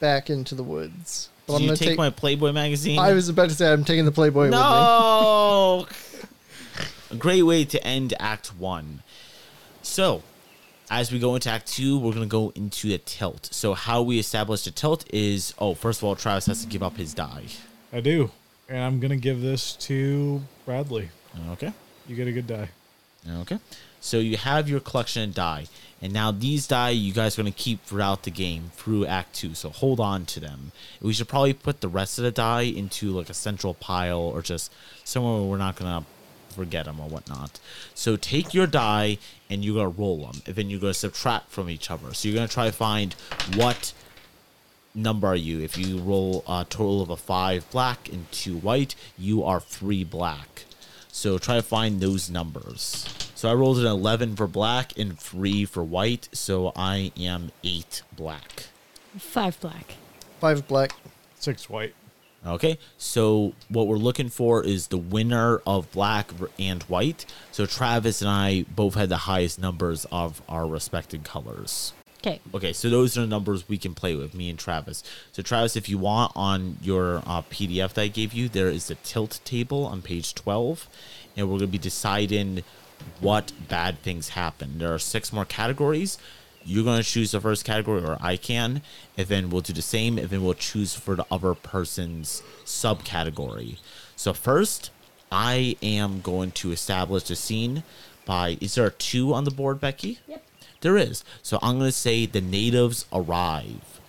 back into the woods. But Did I'm you gonna take, take. my Playboy magazine? I was about to say I'm taking the Playboy with me. no. A great way to end Act One. So, as we go into Act Two, we're gonna go into a tilt. So, how we establish the tilt is oh, first of all, Travis has to give up his die. I do. And I'm going to give this to Bradley. Okay. You get a good die. Okay. So you have your collection of die, and now these die you guys are going to keep throughout the game through Act Two. So hold on to them. We should probably put the rest of the die into like a central pile or just somewhere where we're not going to forget them or whatnot. So take your die and you're going to roll them, and then you're going to subtract from each other. So you're going to try to find what number are you? If you roll a total of a five black and two white, you are three black. So try to find those numbers. So I rolled an 11 for black and three for white. So I am eight black. Five black. Five black. Six white. Okay, so what we're looking for is the winner of black r- and white. So Travis and I both had the highest numbers of our respected colors. Okay. Okay, so those are the numbers we can play with, me and Travis. So, Travis, if you want, on your uh, PDF that I gave you, there is a tilt table on page 12, and we're going to be deciding what bad things happen. There are six more categories. You're going to choose the first category, or I can, and then we'll do the same, and then we'll choose for the other person's subcategory. So, first, I am going to establish the scene by. Is there a two on the board, Becky? Yep. There is. So I'm going to say the natives arrive.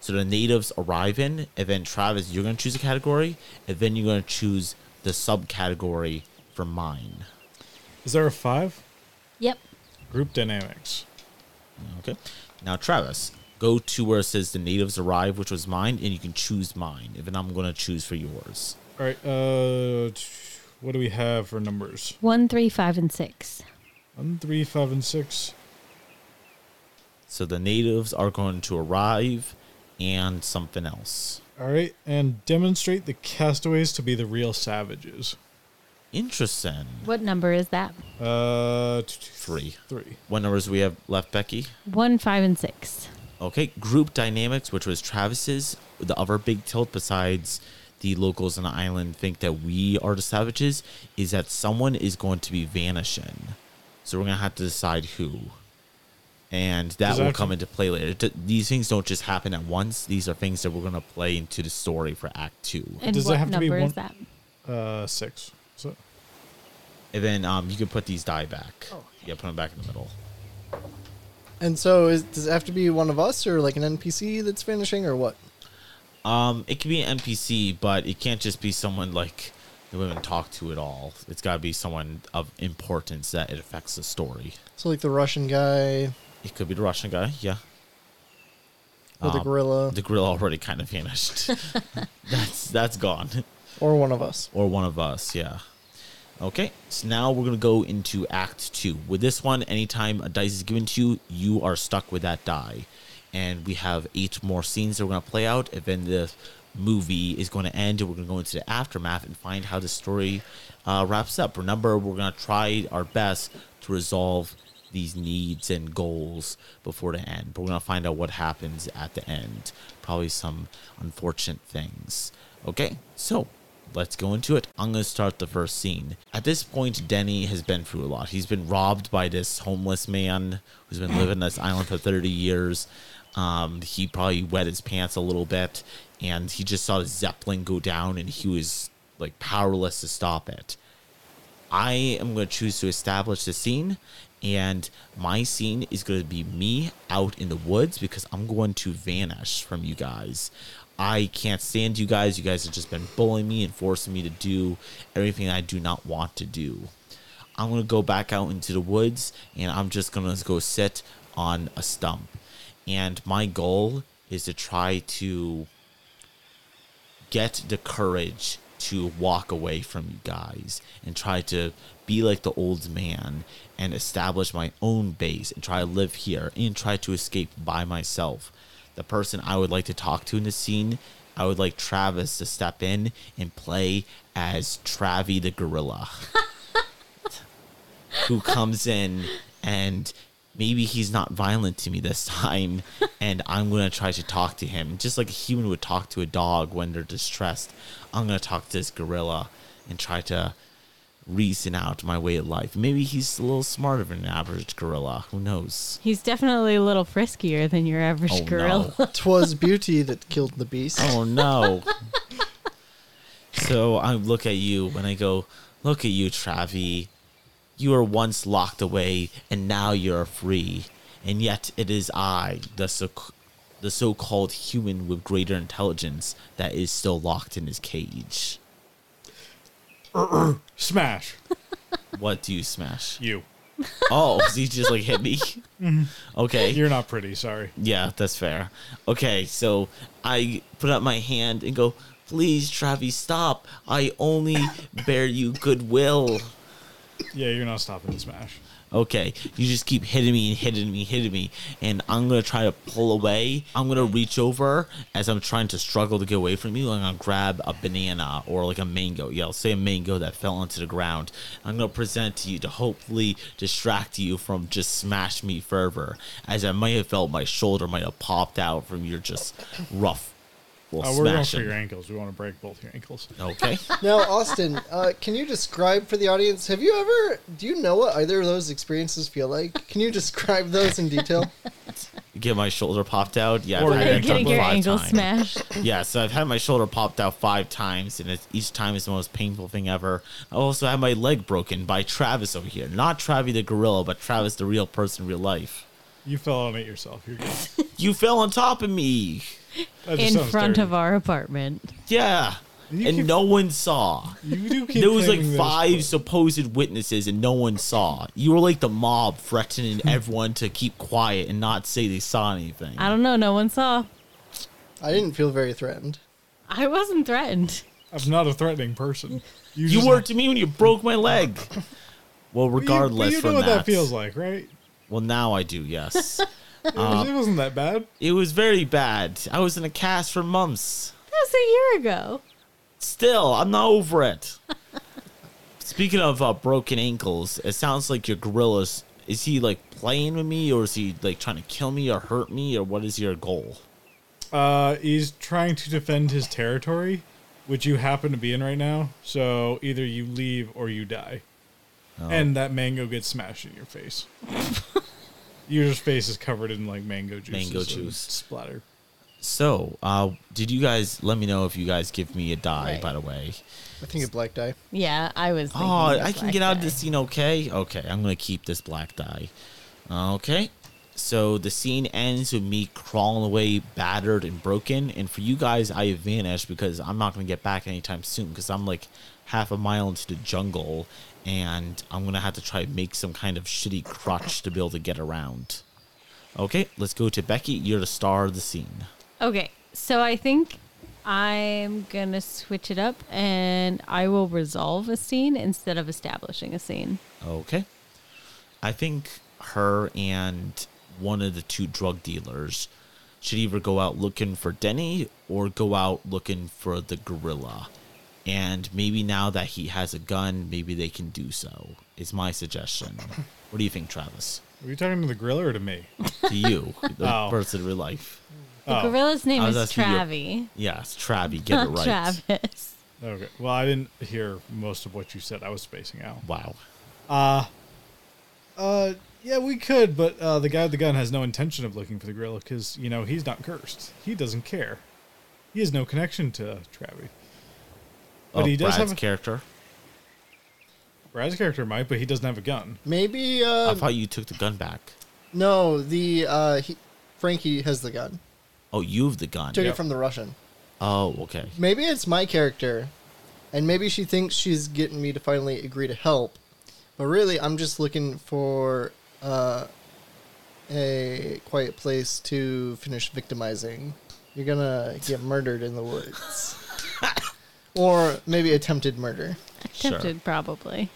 So the natives arrive in, and then Travis, you're going to choose a category, and then you're going to choose the subcategory for mine. Is there a five? Yep. Group dynamics. Okay. Now, Travis, go to where it says the natives arrive, which was mine, and you can choose mine, and then I'm going to choose for yours. All right. Uh, t- what do we have for numbers? One, three, five, and six. One, three, five, and six. So the natives are going to arrive and something else. All right. And demonstrate the castaways to be the real savages. Interesting. What number is that? Uh, t- t- Three. Three. What numbers we have left, Becky? One, five, and six. Okay, group dynamics, which was Travis's, the other big tilt besides the locals on the island think that we are the savages, is that someone is going to be vanishing. So we're going to have to decide who. And that Does will that- come into play later. Th- These things don't just happen at once. These are things that we're going to play into the story for Act Two. And Does it what have to be number is one- that? Uh, six. So, And then um, you can put these die back. Yeah, put them back in the middle. And so, is, does it have to be one of us or like an NPC that's vanishing or what? Um, it could be an NPC, but it can't just be someone like that we haven't talked to at all. It's got to be someone of importance that it affects the story. So like the Russian guy It could be the Russian guy, yeah. or the Um, gorilla The grill already kind of vanished. that's that's gone. or one of us. Or one of us, yeah. Okay, so now we're gonna go into Act Two. With this one, anytime a dice is given to you, you are stuck with that die, and we have eight more scenes that we're gonna play out. And then the movie is going to end, and we're gonna go into the aftermath and find how the story uh, wraps up. Remember, we're gonna try our best to resolve these needs and goals before the end, but we're gonna find out what happens at the end. Probably some unfortunate things. Okay, so Let's go into it. I'm going to start the first scene. At this point, Denny has been through a lot. He's been robbed by this homeless man who's been living on this island for 30 years. Um, he probably wet his pants a little bit, and he just saw the Zeppelin go down, and he was like powerless to stop it. I am going to choose to establish the scene, and my scene is going to be me out in the woods because I'm going to vanish from you guys. I can't stand you guys. You guys have just been bullying me and forcing me to do everything I do not want to do. I'm going to go back out into the woods and I'm just going to go sit on a stump. And my goal is to try to get the courage to walk away from you guys and try to be like the old man and establish my own base and try to live here and try to escape by myself. The person I would like to talk to in this scene, I would like Travis to step in and play as Travie the gorilla who comes in and maybe he's not violent to me this time and I'm going to try to talk to him. Just like a human would talk to a dog when they're distressed, I'm going to talk to this gorilla and try to reason out my way of life. Maybe he's a little smarter than an average gorilla. Who knows? He's definitely a little friskier than your average Oh, gorilla. no. Twas beauty that killed the beast. Oh, no. so I look at you and I go, Look at you, Travi. You were once locked away and now you're free. And yet it is I, the so the so-called human with greater intelligence that is still locked in his cage. Smash What do you smash? you. Oh, so he just like hit me. Okay. You're not pretty. Sorry. Yeah, that's fair. Okay, so I put up my hand and go, please, Travis, stop. I only bear you goodwill. Yeah, you're not stopping the smash. Okay, you just keep hitting me and hitting me, hitting me, and I'm gonna try to pull away. I'm gonna reach over as I'm trying to struggle to get away from you. I'm gonna grab a banana or like a mango. Yeah, I'll say a mango that fell onto the ground. I'm gonna present to you to hopefully distract you from just smash me further, as I might have felt my shoulder might have popped out from your just rough. Well, Uh, we're going for smashing. your ankles. We want to break both your ankles. Okay. Now, Austin, uh, can you describe for the audience? Have you ever? Do you know what either of those experiences feel like? Can you describe those in detail? Get my shoulder popped out. Yeah. Or I've had that you're done Getting your five ankle times. smashed. yeah, so I've had my shoulder popped out five times, and it's, each time is the most painful thing ever. I also had my leg broken by Travis over here. Not Travi the gorilla, but Travis the real person in real life. You fell on it yourself. You're good. You fell on top of me. That just in sounds front dirty. of our apartment. Yeah. You and keep- no one saw. You do keep There was like claiming this, five but- supposed witnesses, and no one saw. You were like the mob threatening everyone to keep quiet and not say they saw anything. I don't know. No one saw. I didn't feel very threatened. I wasn't threatened. I'm not a threatening person. you just- were to me when you broke my leg. Well, But you- but regardless, You, from know what that feels like, right? Well, now I do. Yes. It, was, Um, not that bad. It was very bad. I was in a cast for months. That was a year ago. Still, I'm not over it. Speaking of uh, broken ankles, it sounds like your gorilla's. Is he like playing with me, or is he like trying to kill me or hurt me, or what is your goal? Uh, he's trying to defend his territory, which you happen to be in right now. So either you leave or you die, Oh. and that mango gets smashed in your face. your face is covered in like mango juice. Mango juice. splatter. So, uh, did you guys let me know if you guys give me a die? Right. By the way, I think a black die. Yeah, I was. thinking oh, it was I can like get out of that. this scene okay. Okay, I'm gonna keep this black die. Okay. So the scene ends with me crawling away, battered and broken. And for you guys, I have vanished because I'm not going to get back anytime soon because I'm like half a mile into the jungle and I'm going to have to try to make some kind of shitty crutch to be able to get around. Okay, let's go to Becky. You're the star of the scene. Okay, so I think I'm gonna switch it up, and I will resolve a scene instead of establishing a scene. Okay. I think her and one of the two drug dealers should either go out looking for Denny or go out looking for the gorilla. And maybe now that he has a gun, maybe they can do so, is my suggestion. What do you think, Travis? Were you talking to the gorilla or to me? To you, the Oh. person in real life. The Oh. gorilla's name I is was asking you- Travi, Yes, Travi, get not it right. Travis. Okay. Well, I didn't hear most of what you said. I was spacing out. Wow. Uh, yeah, we could, but uh, the guy with the gun has no intention of looking for the gorilla because you know he's not cursed. He doesn't care. He has no connection to Travi. But oh, he does Brad's have a, character. Brad's character might, but he doesn't have a gun. Maybe I Um, uh, thought you took the gun back. no. The uh, he, Frankie has the gun. Oh, you have the gun. Took Yep. it from the Russian. Oh, okay. Maybe it's my character, and maybe she thinks she's getting me to finally agree to help, but really I'm just looking for uh, a quiet place to finish victimizing. You're gonna get murdered in the woods, or maybe attempted murder. Attempted, probably.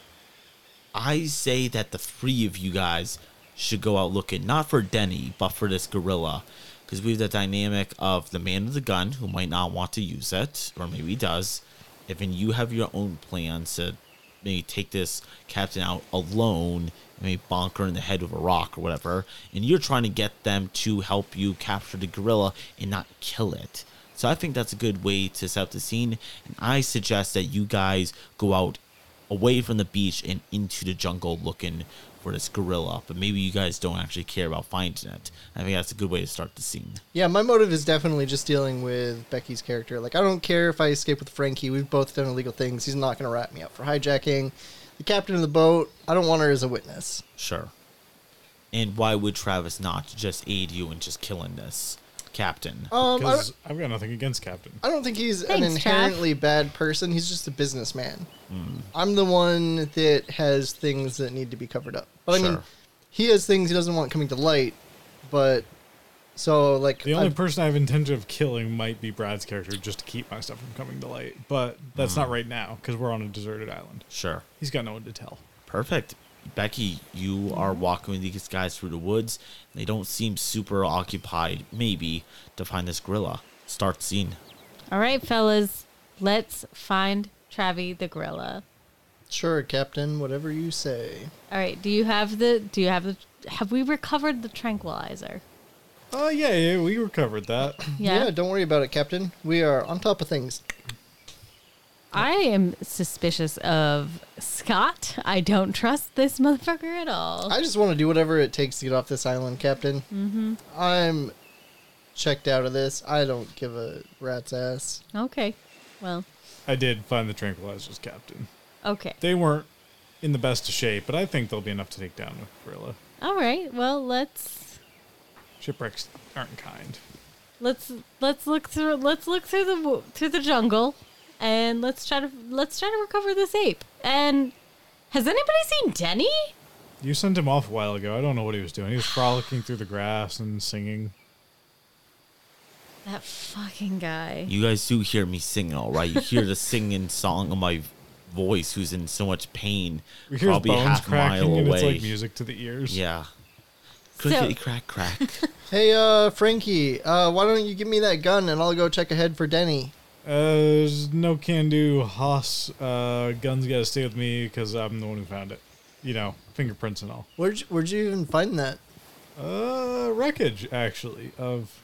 I say that the three of you guys should go out looking not for Denny, but for this gorilla. Because we have the dynamic of the man with the gun who might not want to use it, or maybe he does. If and you have your own plans to maybe take this captain out alone and maybe bonk her in the head with a rock or whatever. And you're trying to get them to help you capture the gorilla and not kill it. So I think that's a good way to set up the scene. And I suggest that you guys go out away from the beach and into the jungle looking for this gorilla. But maybe you guys don't actually care about finding it. I think that's a good way to start the scene. Yeah, my motive is definitely just dealing with Becky's character. Like, I don't care if I escape with Frankie. We've both done illegal things. He's not going to wrap me up for hijacking. The captain of the boat, I don't want her as a witness. Sure. And why would Travis not just aid you in just killing this captain? Um, I, Because I've got nothing against Captain. I don't think he's an Thanks, Trav. inherently bad person. He's just a businessman. Hmm. I'm the one that has things that need to be covered up. But I mean, Sure. he has things he doesn't want coming to light. But so, like, The only I've- person I have intention of killing might be Brad's character, just to keep my stuff from coming to light. But that's not right now because we're on a deserted island. Sure. He's got no one to tell. Perfect. Becky, you are walking with these guys through the woods. They don't seem super occupied, maybe, to find this gorilla. Start scene. All right, fellas, let's find Travi the gorilla. sure, Captain, whatever you say. All right, do you have the? Do you have the? Have we recovered the tranquilizer? Oh yeah, yeah, we recovered that. Yeah. don't worry about it, Captain. We are on top of things. I am suspicious of Scott. I don't trust this motherfucker at all. I just want to do whatever it takes to get off this island, Captain. Mm-hmm. I'm checked out of this. I don't give a rat's ass. okay. Well, I did find the tranquilizers, Captain. okay. They weren't in the best of shape, but I think they'll be enough to take down a gorilla. All right. Well, let's Shipwrecks aren't kind. let's let's look through let's look through the wo- through the jungle and let's try to let's try to recover this ape. And has anybody seen Denny? You sent him off a while ago. I don't know what he was doing. He was frolicking through the grass and singing. That fucking guy. You guys do hear me singing, all right? You hear the singing song of my voice, who's in so much pain, We hear his probably bones half a mile cracking, and it's like away. music to the ears. yeah. Crickety crack crack. Hey, uh, Frankie, uh, why don't you give me that gun and I'll go check ahead for Denny? Uh, there's no can do, Haas. Uh, guns gotta stay with me because I'm the one who found it. You know, fingerprints and all. Where'd you, where'd you even find that? Uh, wreckage, actually, of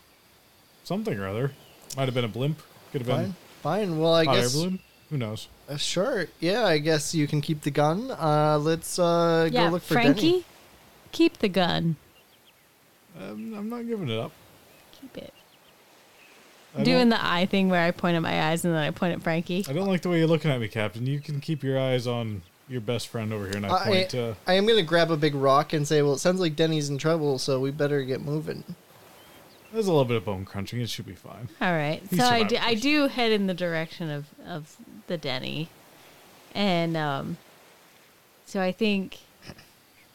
something or other. Might have been a blimp. Could have Fine, been fine. Well, I hot guess air balloon. Who knows? uh, sure. Yeah, I guess you can keep the gun. Uh, let's uh, yeah, go look for Frankie, Denny. keep the gun. Um, I'm not giving it up. Keep it. I Doing don't- the eye thing where I point at my eyes and then I point at Frankie. I don't like the way you're looking at me, Captain. You can keep your eyes on your best friend over here, and I I, point uh, to. I am gonna grab a big rock and say, "Well, it sounds like Denny's in trouble, so we better get moving." There's a little bit of bone crunching. It should be fine. All right. He So I survived do, I first. do head in the direction of, of the Denny. And um, so I think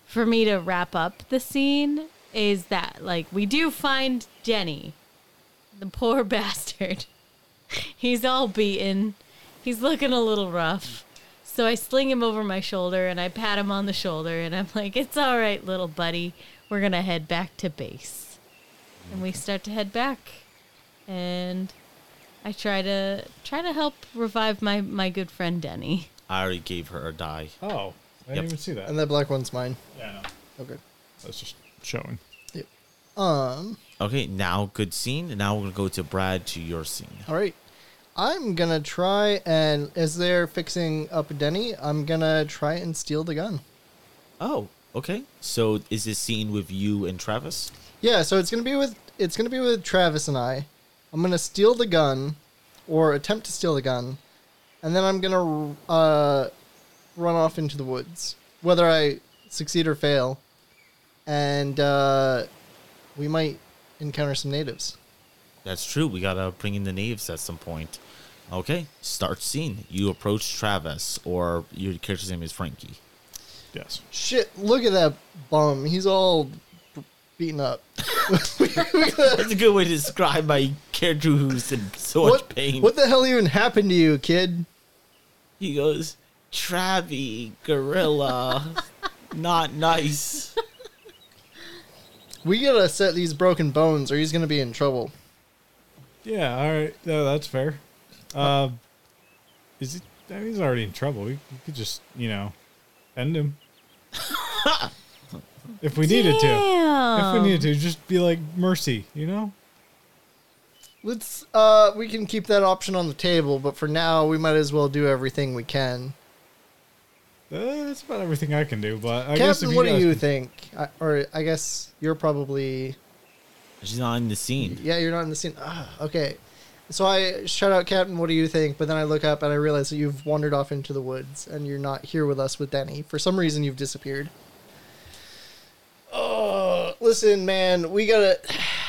for me to wrap up the scene is that, like, we do find Denny, the poor bastard. He's all beaten, he's looking a little rough. So I sling him over my shoulder and I pat him on the shoulder and I'm like, it's all right, little buddy. We're going to head back to base. And we start to head back and I try to try to help revive my my good friend Denny. I already gave her a die. Oh, I didn't Yep. even see that. And that black one's mine. yeah, no, Okay. that's just showing. Yep. Um. Okay, now good scene. Now we're gonna go to Brad to your scene. All right. I'm gonna try and as they're fixing up Denny, I'm gonna try and steal the gun. Oh, okay. So is this scene with you and Travis? Yeah, so it's gonna be with it's gonna be with Travis and I. I'm gonna steal the gun, or attempt to steal the gun, and then I'm gonna uh, run off into the woods, whether I succeed or fail, and uh, we might encounter some natives. That's true. We gotta bring in the knaves at some point. Okay, start scene. You approach Travis, or your character's name is Frankie. Yes. Shit! Look at that bum. He's all b- beaten up. That's a good way to describe my character who's in so much What, pain. what the hell even happened to you, kid? He goes, Travi, gorilla, not nice. We gotta set these broken bones, or he's gonna be in trouble. Yeah. All right. No, that's fair. Uh, is it I mean, he's already in trouble. We, we could just, you know, end him. if we needed to. If we Damn. needed to, just be like mercy, you know? Let's. Uh, we can keep that option on the table, but for now, we might as well do everything we can. Uh, that's about everything I can do, but I guess Captain, if you what do guys- you think? I, or I guess you're probably. She's not in the scene. Yeah, you're not in the scene. Ah, okay. So I shout out, Captain. What do you think? But then I look up and I realize that you've wandered off into the woods and you're not here with us with Denny. For some reason, you've disappeared. Oh, listen, man. We gotta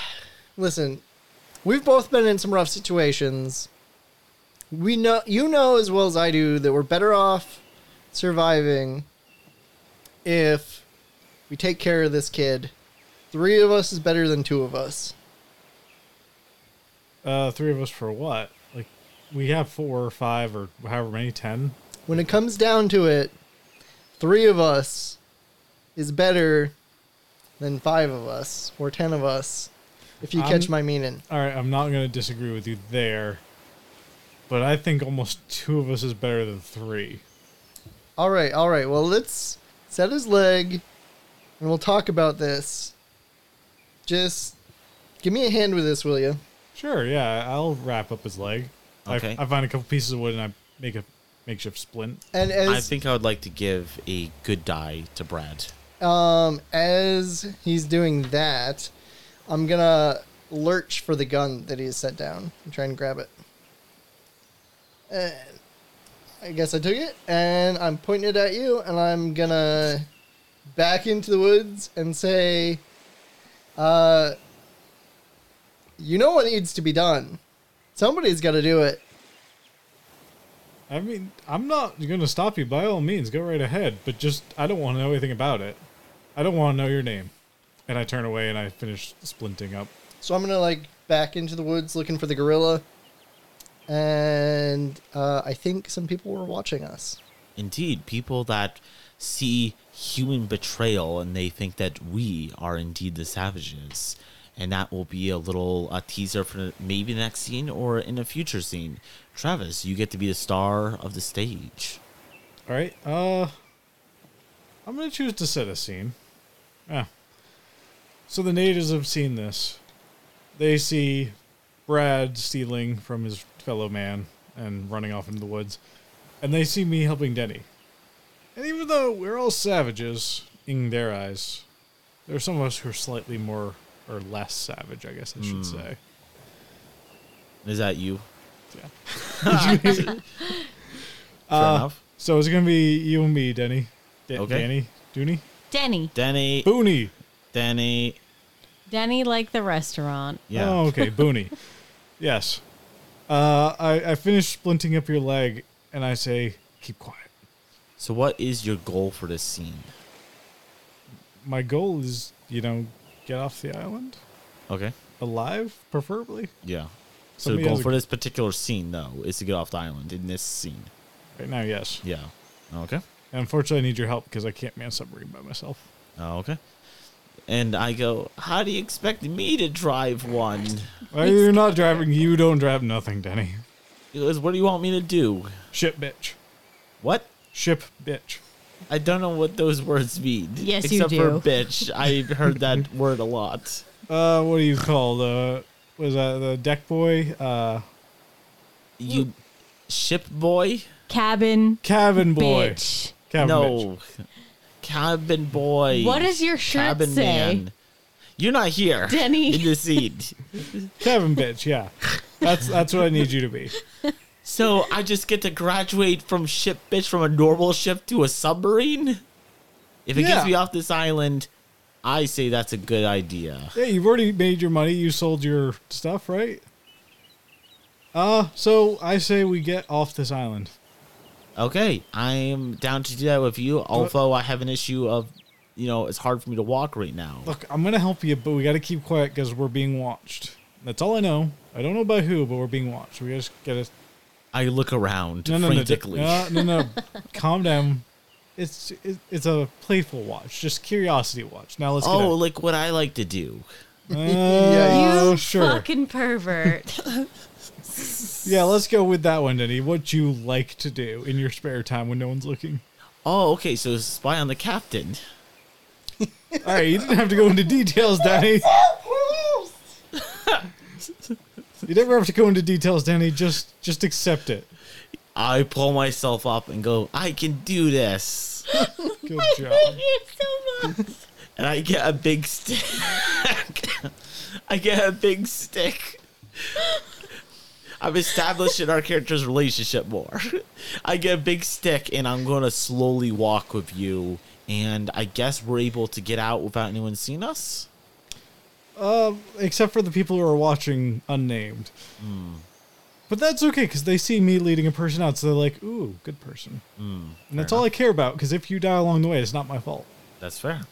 listen. We've both been in some rough situations. We know you know as well as I do that we're better off surviving if we take care of this kid. Three of us is better than two of us. Uh, three of us for what? Like, we have four or five or however many, ten. when it comes down to it, three of us is better than five of us or ten of us, if you catch I'm- my meaning. All right, I'm not going to disagree with you there, but I think almost two of us is better than three. All right, all right. Well, let's set his leg, and we'll talk about this. Just give me a hand with this, will you? Sure, yeah, I'll wrap up his leg. I- Okay. I, find a couple pieces of wood and I make a makeshift splint. And as I think I would like to give a good die to Brad. Um, as he's doing that, I'm gonna lurch for the gun that he has set down and try and grab it. And I guess I took it, and I'm pointing it at you, and I'm gonna back into the woods and say, uh, you know what needs to be done. Somebody's got to do it. I mean, I'm not going to stop you by all means. Go right ahead, but just I don't want to know anything about it. I don't want to know your name. And I turn away and I finish splinting up. So I'm gonna like back into the woods looking for the gorilla, and uh, I think some people were watching us. Indeed, people that see human betrayal and they think that we are indeed the savages. And that will be a little uh teaser for maybe the next scene or in a future scene. Travis, you get to be the star of the stage. All right. Uh, I'm gonna choose to set a scene. Yeah. So the natives have seen this. They see Brad stealing from his fellow man and running off into the woods, and they see me helping Denny. And even though we're all savages in their eyes, there are some of us who are slightly more or less savage, I guess I should say. Is that you? Yeah. Uh, Fair enough. So it's gonna be you and me, Denny. Da- Okay. Danny, Dooney, Denny. Danny, Booney. Danny, Denny like the restaurant. yeah. Oh, okay, Booney. yes. Uh, I, I finish splinting up your leg, and I say, keep quiet. So, what is your goal for this scene? My goal is, you know, get off the island Okay. alive, preferably. Yeah. So, Somebody the goal has a- for this particular scene, though, is to get off the island in this scene. Right now, yes. Yeah. Okay. And unfortunately, I need your help because I can't man a submarine by myself. Oh, okay. And I go, how do you expect me to drive one? Well, you're not driving. You don't drive nothing, Denny. He goes, what do you want me to do? Ship bitch. What? Ship bitch. I don't know what those words mean. Yes, you except for do. bitch. I heard that word a lot. Uh, what do you call the? Was that the deck boy? Uh, You ship boy? Cabin. cabin boy. Bitch. Cabin bitch. no. Cabin boy. What does your shirt Cabin say? man. You're not here. Denny. In the scene. Cabin bitch. Yeah. That's that's what I need you to be. So I just get to graduate from ship bitch from a normal ship to a submarine? If it Yeah. gets me off this island, I say that's a good idea. Yeah, you've already made your money. You sold your stuff, right? Uh, so I say we get off this island. Okay, I am down to do that with you, although I have an issue of, you know, it's hard for me to walk right now. Look, I'm gonna help you, but we gotta keep quiet because we're being watched. That's all I know. I don't know by who, but we're being watched. We just gotta I look around no, Uh, no, no, d- frantically. no, no, no. Calm down. It's it, it's a playful watch, just curiosity watch. Now let's oh, get like what I like to do. out. Uh, Yeah, You sure. fucking pervert. Yeah, let's go with that one, Denny. What you like to do in your spare time when no one's looking? Oh, okay. So spy on the captain. All right, you didn't have to go into details, Danny. You never have to go into details, Danny. Just just accept it. I pull myself up and go, I can do this. Good Thank job. you so much. And I get a big stick. I get a big stick. I'm establishing our character's relationship more. I get a big stick and I'm going to slowly walk with you. And I guess we're able to get out without anyone seeing us. Except for the people who are watching unnamed. But that's okay because they see me leading a person out, so they're like, "Ooh, good person." and that's all I care about. Because if you die along the way, it's not my fault. That's fair.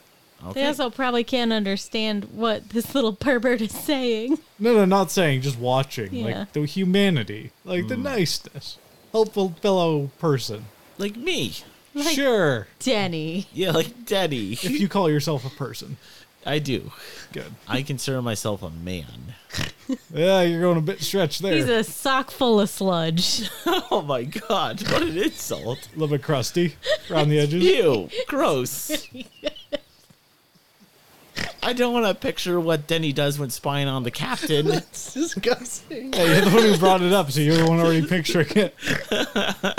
They also probably can't understand what this little pervert is saying. No, no, not saying, just watching. Yeah. Like the humanity, like the niceness, helpful fellow person. Like me. Like- sure. Denny. Yeah, like Daddy. If you call yourself a person. I do. Good. I consider myself a man. Yeah, you're going a bit stretched there. He's a sock full of sludge. Oh my god, what an insult. little bit crusty around the edges. Ew, gross. I don't want to picture what Denny does when spying on the captain. It's disgusting. Hey, you're the one who brought it up, so you're the one already picturing it.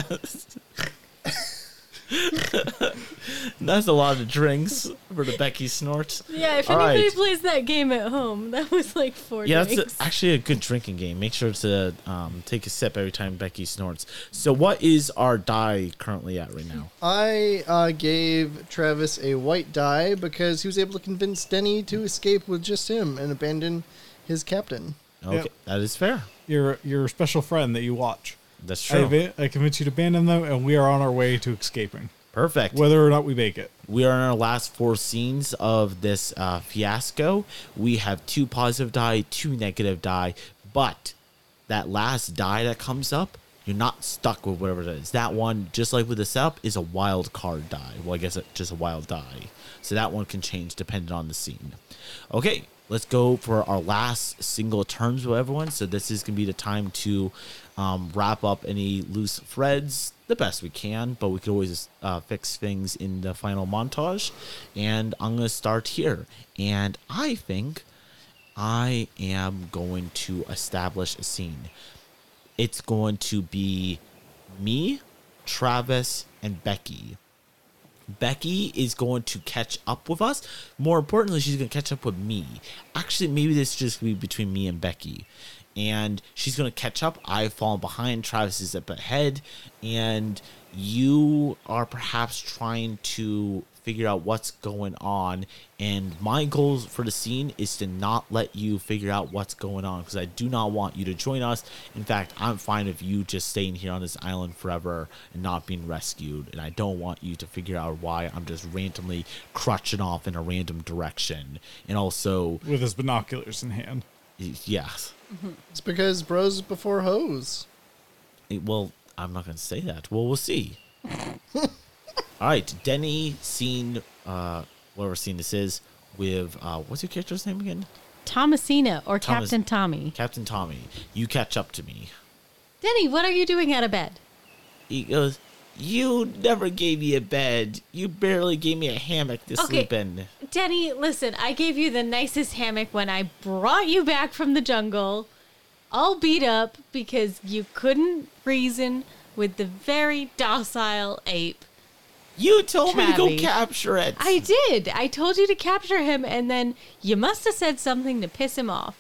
That's a lot of drinks for the Becky snort. Yeah, if All right. anybody plays that game at home, that was like four Yeah, drinks. that's a- actually a good drinking game. Make sure to um, take a sip every time Becky snorts. So, what is our die currently at right now? I uh, gave Travis a white die because he was able to convince Denny to escape with just him and abandon his captain. Okay, Yep. that is fair. Your your special friend that you watch. That's I, true. va- I convince you to abandon them, and we are on our way to escaping, Perfect. whether or not we make it. We are in our last four scenes of this uh, fiasco. We have two positive die, two negative die, but that last die that comes up, you're not stuck with whatever that is. That one, just like with the setup, is a wild card die. Well, I guess it's just a wild die. So that one can change depending on the scene. Okay, let's go for our last single terms with everyone. So this is going to be the time to um, wrap up any loose threads the best we can, but we could always uh, fix things in the final montage. And I'm going to start here. And I think I am going to establish a scene. It's going to be me, Travis, and Becky. Becky is going to catch up with us. More importantly, she's going to catch up with me. Actually, maybe this should just be between me and Becky. And she's going to catch up. I've fallen behind. Travis is up ahead. And you are perhaps trying to figure out what's going on. And my goal for the scene is to not let you figure out what's going on because I do not want you to join us. In fact, I'm fine if you just staying here on this island forever and not being rescued. And I don't want you to figure out why I'm just randomly crutching off in a random direction. And also, With his binoculars in hand. yes. It's because bros before hoes. It- Eh, Well, I'm not going to say that. Well, we'll see. All right, Denny scene, uh, whatever scene this is, with uh, what's your character's name again? Thomasina or Thomas- Captain Tommy. Captain Tommy. You catch up to me. Denny, what are you doing out of bed? He goes, "You never gave me a bed. You barely gave me a hammock to Okay. sleep in." Denny, listen, I gave you the nicest hammock when I brought you back from the jungle, all beat up because you couldn't reason with the very docile ape. You told me to Travi. go capture it. I did. I told you to capture him, and then you must have said something to piss him off.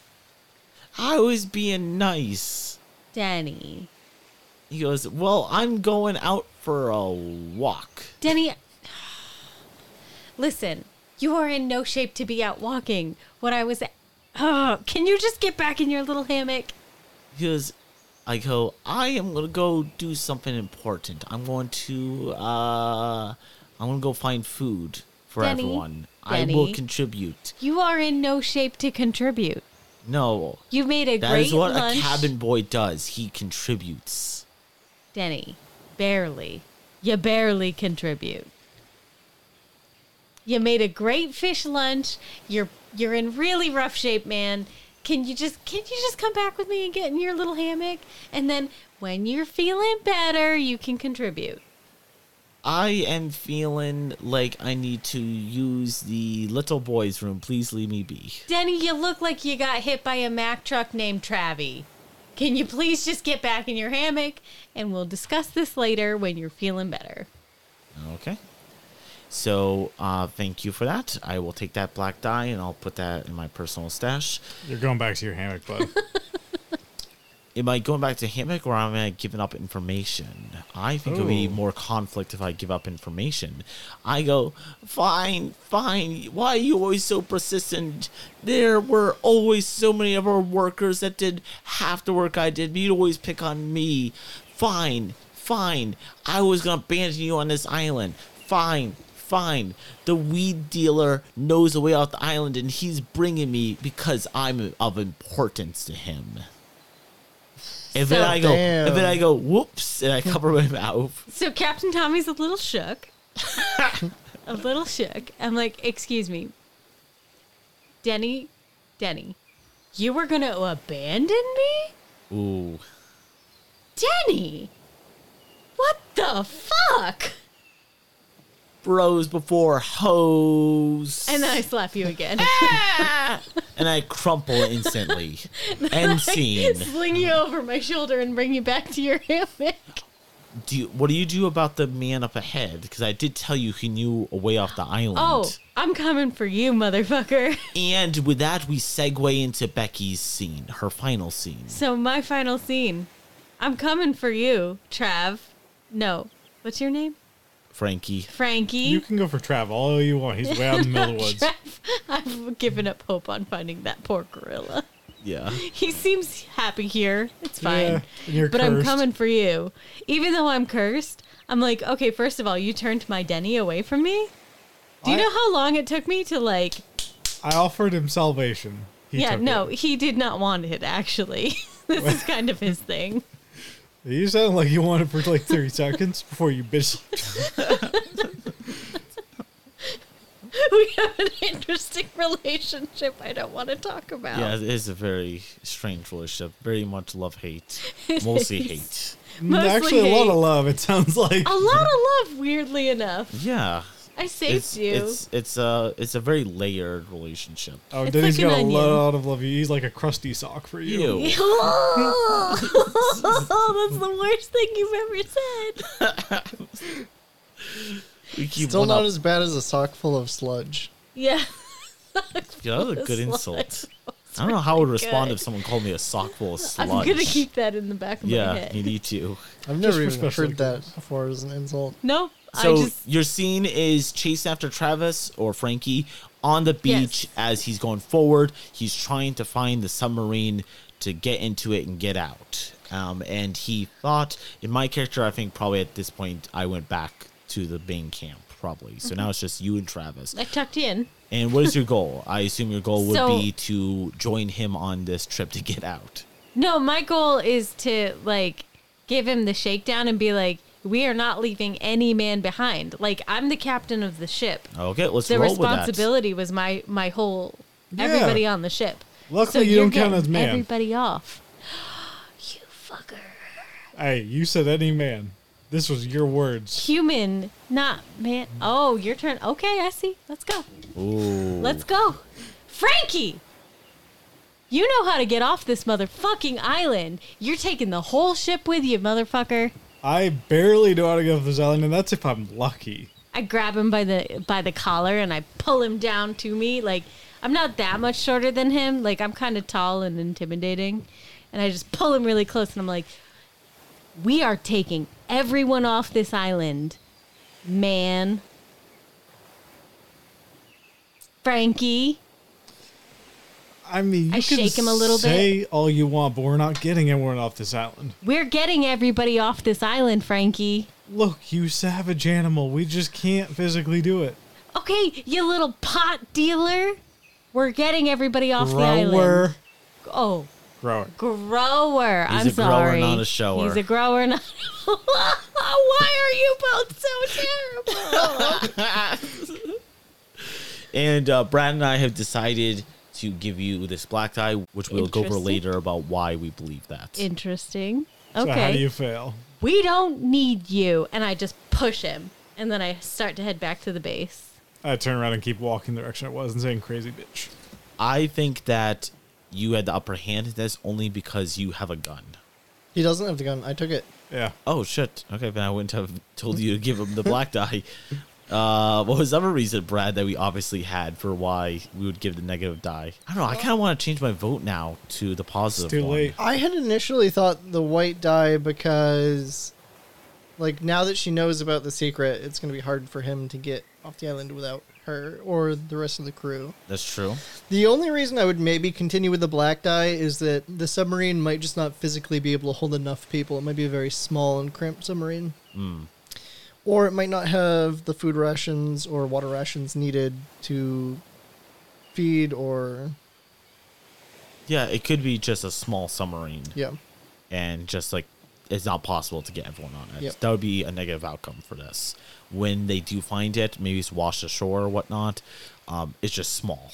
I was being nice. Denny. He goes, "Well, I'm going out for a walk." Denny, listen, you are in no shape to be out walking. What I was. Oh, can you just get back in your little hammock? He goes, "I go. I am gonna go do something important. I'm going to. uh I'm gonna go find food for Denny. everyone. I will Denny. contribute. You are in no shape to contribute. No." You made a That great is what lunch. a cabin boy does. He contributes. Denny, barely. You barely contribute. You made a great fish lunch. You're you're in really rough shape, man. can you just can't you just come back with me and get in your little hammock? And then when you're feeling better, you can contribute. I am feeling like I need to use the little boy's room. Please leave me be. Denny, you look like you got hit by a Mack truck named Travie. Can you please just get back in your hammock and we'll discuss this later when you're feeling better. Okay. So uh, thank you for that. I will take that black die and I'll put that in my personal stash. You're going back to your hammock, bud. Am I going back to hammock or am I giving up information? I think it would be Oh. more conflict if I give up information. I go, fine, fine. Why are you always so persistent? There were always so many of our workers that did half the work I did. but You'd always pick on me. Fine, fine. I was going to abandon you on this island. Fine, fine. The weed dealer knows the way off the island and he's bringing me because I'm of importance to him. And then So- I go, and then Damn. I go, whoops, and I cover my mouth. So Captain Tommy's a little shook. a little shook. I'm like, excuse me. Denny, Denny, you were going to abandon me? Ooh, Denny! What the fuck? bros before hoes. And then I slap you again. and I crumple instantly. End scene. Sling you over my shoulder and bring you back to your hammock. Do you, what do you do about the man up ahead? Because I did tell you he knew a way off the island. Oh, I'm coming for you, motherfucker. And with that, we segue into Becky's scene, her final scene. So my final scene. I'm coming for you, Trav. No. What's your name? Frankie. Frankie. you can go for Trav all you want. He's way out in the middle of the woods. Trav, I've given up hope on finding that poor gorilla. Yeah. He seems happy here. It's fine. Yeah, and you're but I'm cursed. coming for you. Even though I'm cursed, I'm like, okay, first of all, you turned my Denny away from me. Do you I- know how long it took me to like I offered him salvation. He Yeah, took no, it. he did not want it actually. this is kind of his thing. You sound like you wanted for like 30 seconds before you bitch. we have an interesting relationship I don't want to talk about. Yeah, it is a very strange relationship. Very much love hate. Mostly hate. Mostly Actually, a lot hate. of love, it sounds like. A lot of love, weirdly enough. Yeah. I saved It's, you. it's it's a it's a very layered relationship. Oh, It's then he's like an got a onion. lot of love. He's like a crusty sock for you. Ew. Oh, That's the worst thing you've ever said. We keep Still one not up. as bad as a sock full of sludge. Yeah. Yeah, that was a good sludge. insult. I don't know how I would respond good. if someone called me a sock full of sludge. I'm gonna keep that in the back of my Yeah, head. you need to. I've never for even special heard that before as an insult. Nope. So I just your scene is chase after Travis or Frankie on the beach Yes. as he's going forward. He's trying to find the submarine to get into it and get out. Um, and he thought, in my character, I think probably at this point I went back to the main camp probably. So Mm-hmm. now it's just you and Travis. I tucked you in. And what is your goal? I assume your goal would So- be to join him on this trip to get out. No, my goal is to like give him the shakedown and be like, we are not leaving any man behind. Like I'm the captain of the ship. Okay, let's the roll with responsibility was my my whole Yeah. everybody on the ship. Luckily, so you you're don't count getting as man. Everybody off. you fucker. Hey, you said any man. This was your words. Human, not man. Oh, your turn. Okay, I see. Let's go. that. Ooh. Let's go. Frankie! You know how to get off this motherfucking island. You're taking the whole ship with you, motherfucker. I barely know how to go off this island, and that's if I'm lucky. I grab him by the by the collar and I pull him down to me. Like I'm not that much shorter than him. Like I'm kind of tall and intimidating, and I just pull him really close and I'm like, "We are taking everyone off this island, man." Frankie, I mean, you I can shake him a little bit. say all you want, but we're not getting anyone off this island. we're getting everybody off this island, Frankie. Look, you savage animal. We just can't physically do it. Okay, you little pot dealer. We're getting everybody off the Grower. island. Oh, Grower. grower. I'm a grower, sorry. not a shower. He's a grower, not. Why are you both so terrible? And uh, Brad and I have decided to give you this black die, which we'll go over Interesting. later about why we believe that. Interesting. So Okay. how do you fail? we don't need you. And I just push him. And then I start to head back to the base. I turn around and keep walking the direction it was and saying crazy bitch. I think that you had the upper hand in this only because you have a gun. He doesn't have the gun. I took it. Yeah. Oh shit! Okay, then I wouldn't have told you to give him the black die. Uh, what was the other reason, Brad, that we obviously had for why we would give the negative die? I don't know. I kind of want to change my vote now to the positive. It's too one. late. I had initially thought the white die because, like, now that she knows about the secret, it's going to be hard for him to get off the island without her or the rest of the crew. That's true. The only reason I would maybe continue with the black die is that the submarine might just not physically be able to hold enough people. It might be a very small and cramped submarine. Or it might not have the food rations or water rations needed to feed or. Yeah, it could be just a small submarine, Yeah. and just like it's not possible to get everyone on it. Yep. That would be a negative outcome for this. When they do find it, maybe it's washed ashore or whatnot. Um, it's just small.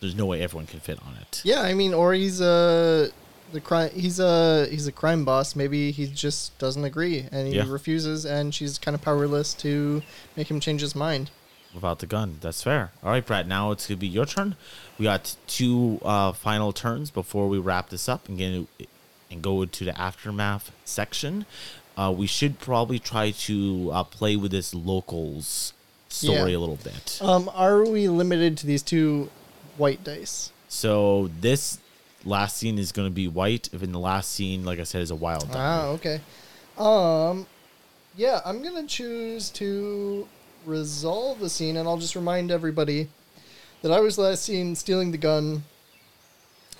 There's no way everyone can fit on it. Yeah, I mean, or he's a the crime. He's a he's a crime boss. Maybe he just doesn't agree and he Yeah. refuses, and she's kind of powerless to make him change his mind. without the gun. That's fair. All right, Brad. Now it's gonna be your turn. We got two uh, final turns before we wrap this up and get and go to the aftermath section. Uh, we should probably try to uh, play with this locals story Yeah. a little bit. Um, are we limited to these two white dice? So this last scene is gonna be white. If in the last scene, like I said, is a wild. die. Ah, okay. Um, yeah, I'm gonna choose to resolve the scene, and I'll just remind everybody that I was last seen stealing the gun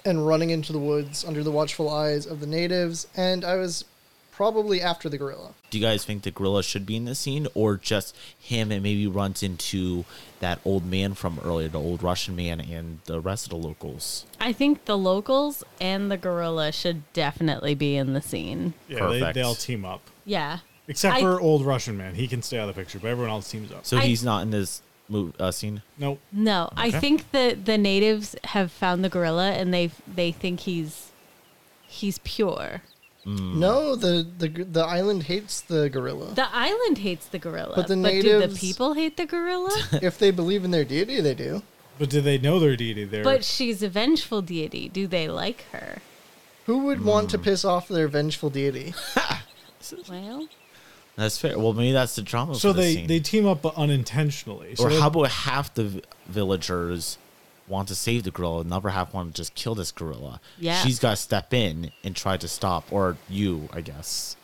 and running into the woods under the watchful eyes of the natives, and I was probably after the gorilla. Do you guys think the gorilla should be in this scene, or just him and maybe runs into that old man from earlier, the old Russian man, and the rest of the locals? I think the locals and the gorilla should definitely be in the scene. Yeah, they, Perfect. they'll team up. Yeah. Except I- for old Russian man. He can stay out of the picture, but everyone else teams up. So I- he's not in this move, uh, scene. nope. No, I Okay. think the the natives have found the gorilla and they they think he's he's pure. No, the, the g- the island hates the gorilla. The island hates the gorilla, But but, the do the natives- people hate the gorilla? if they believe in their deity, they do. But do they know their deity there? but she's a vengeful deity. Do they like her? Who would want to piss off their vengeful deity? Well, That's fair. Well, maybe that's the drama. so for this they, scene. they team up but unintentionally. So or they- how about half the vi- villagers want to save the gorilla, and the other half want to just kill this gorilla. Yeah. she's got to step in and try to stop, or you, I guess.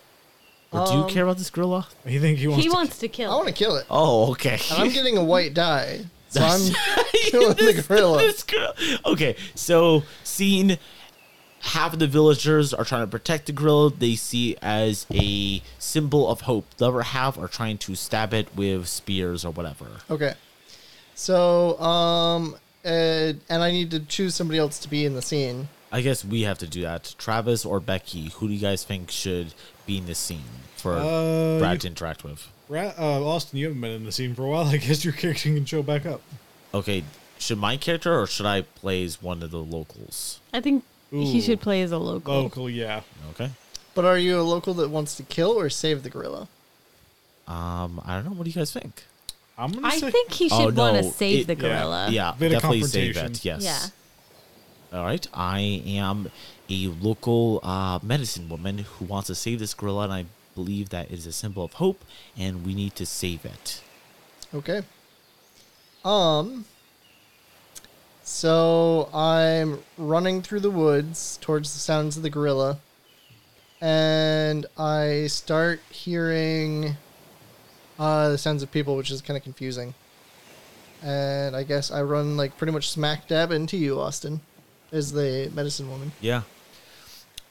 Or do you Um, care about this gorilla? you think he wants he to wants to I kill. want to her. kill it. Oh, okay. And I'm getting a white die, so I'm That's- killing the gorilla. This gorilla. Okay, so scene. Half of the villagers are trying to protect the gorilla. They see it as a symbol of hope. The other half are trying to stab it with spears or whatever. Okay. So, um, uh, and I need to choose somebody else to be in the scene. I guess we have to do that. Travis or Becky, who do you guys think should be in this scene for Uh, Brad you- to interact with? Ra- uh, Austin, you haven't been in the scene for a while. I guess your character can show back up. Okay, should my character or should I play as one of the locals? I think he Ooh. should play as a local. Local, Oh, yeah. Okay. But are you a local that wants to kill or save the gorilla? Um, I don't know. What do you guys think? I'm gonna I say think he should Oh, want to no, save it- the yeah, gorilla. yeah, Uh, bit of definitely save confrontation. it. Yes. Yeah. All right. I am a local uh, medicine woman who wants to save this gorilla, and I believe that is a symbol of hope, and we need to save it. Okay. Um. So I'm running through the woods towards the sounds of the gorilla, and I start hearing uh, the sounds of people, which is kind of confusing. And I guess I run like pretty much smack dab into you, Austin, as the medicine woman. Yeah.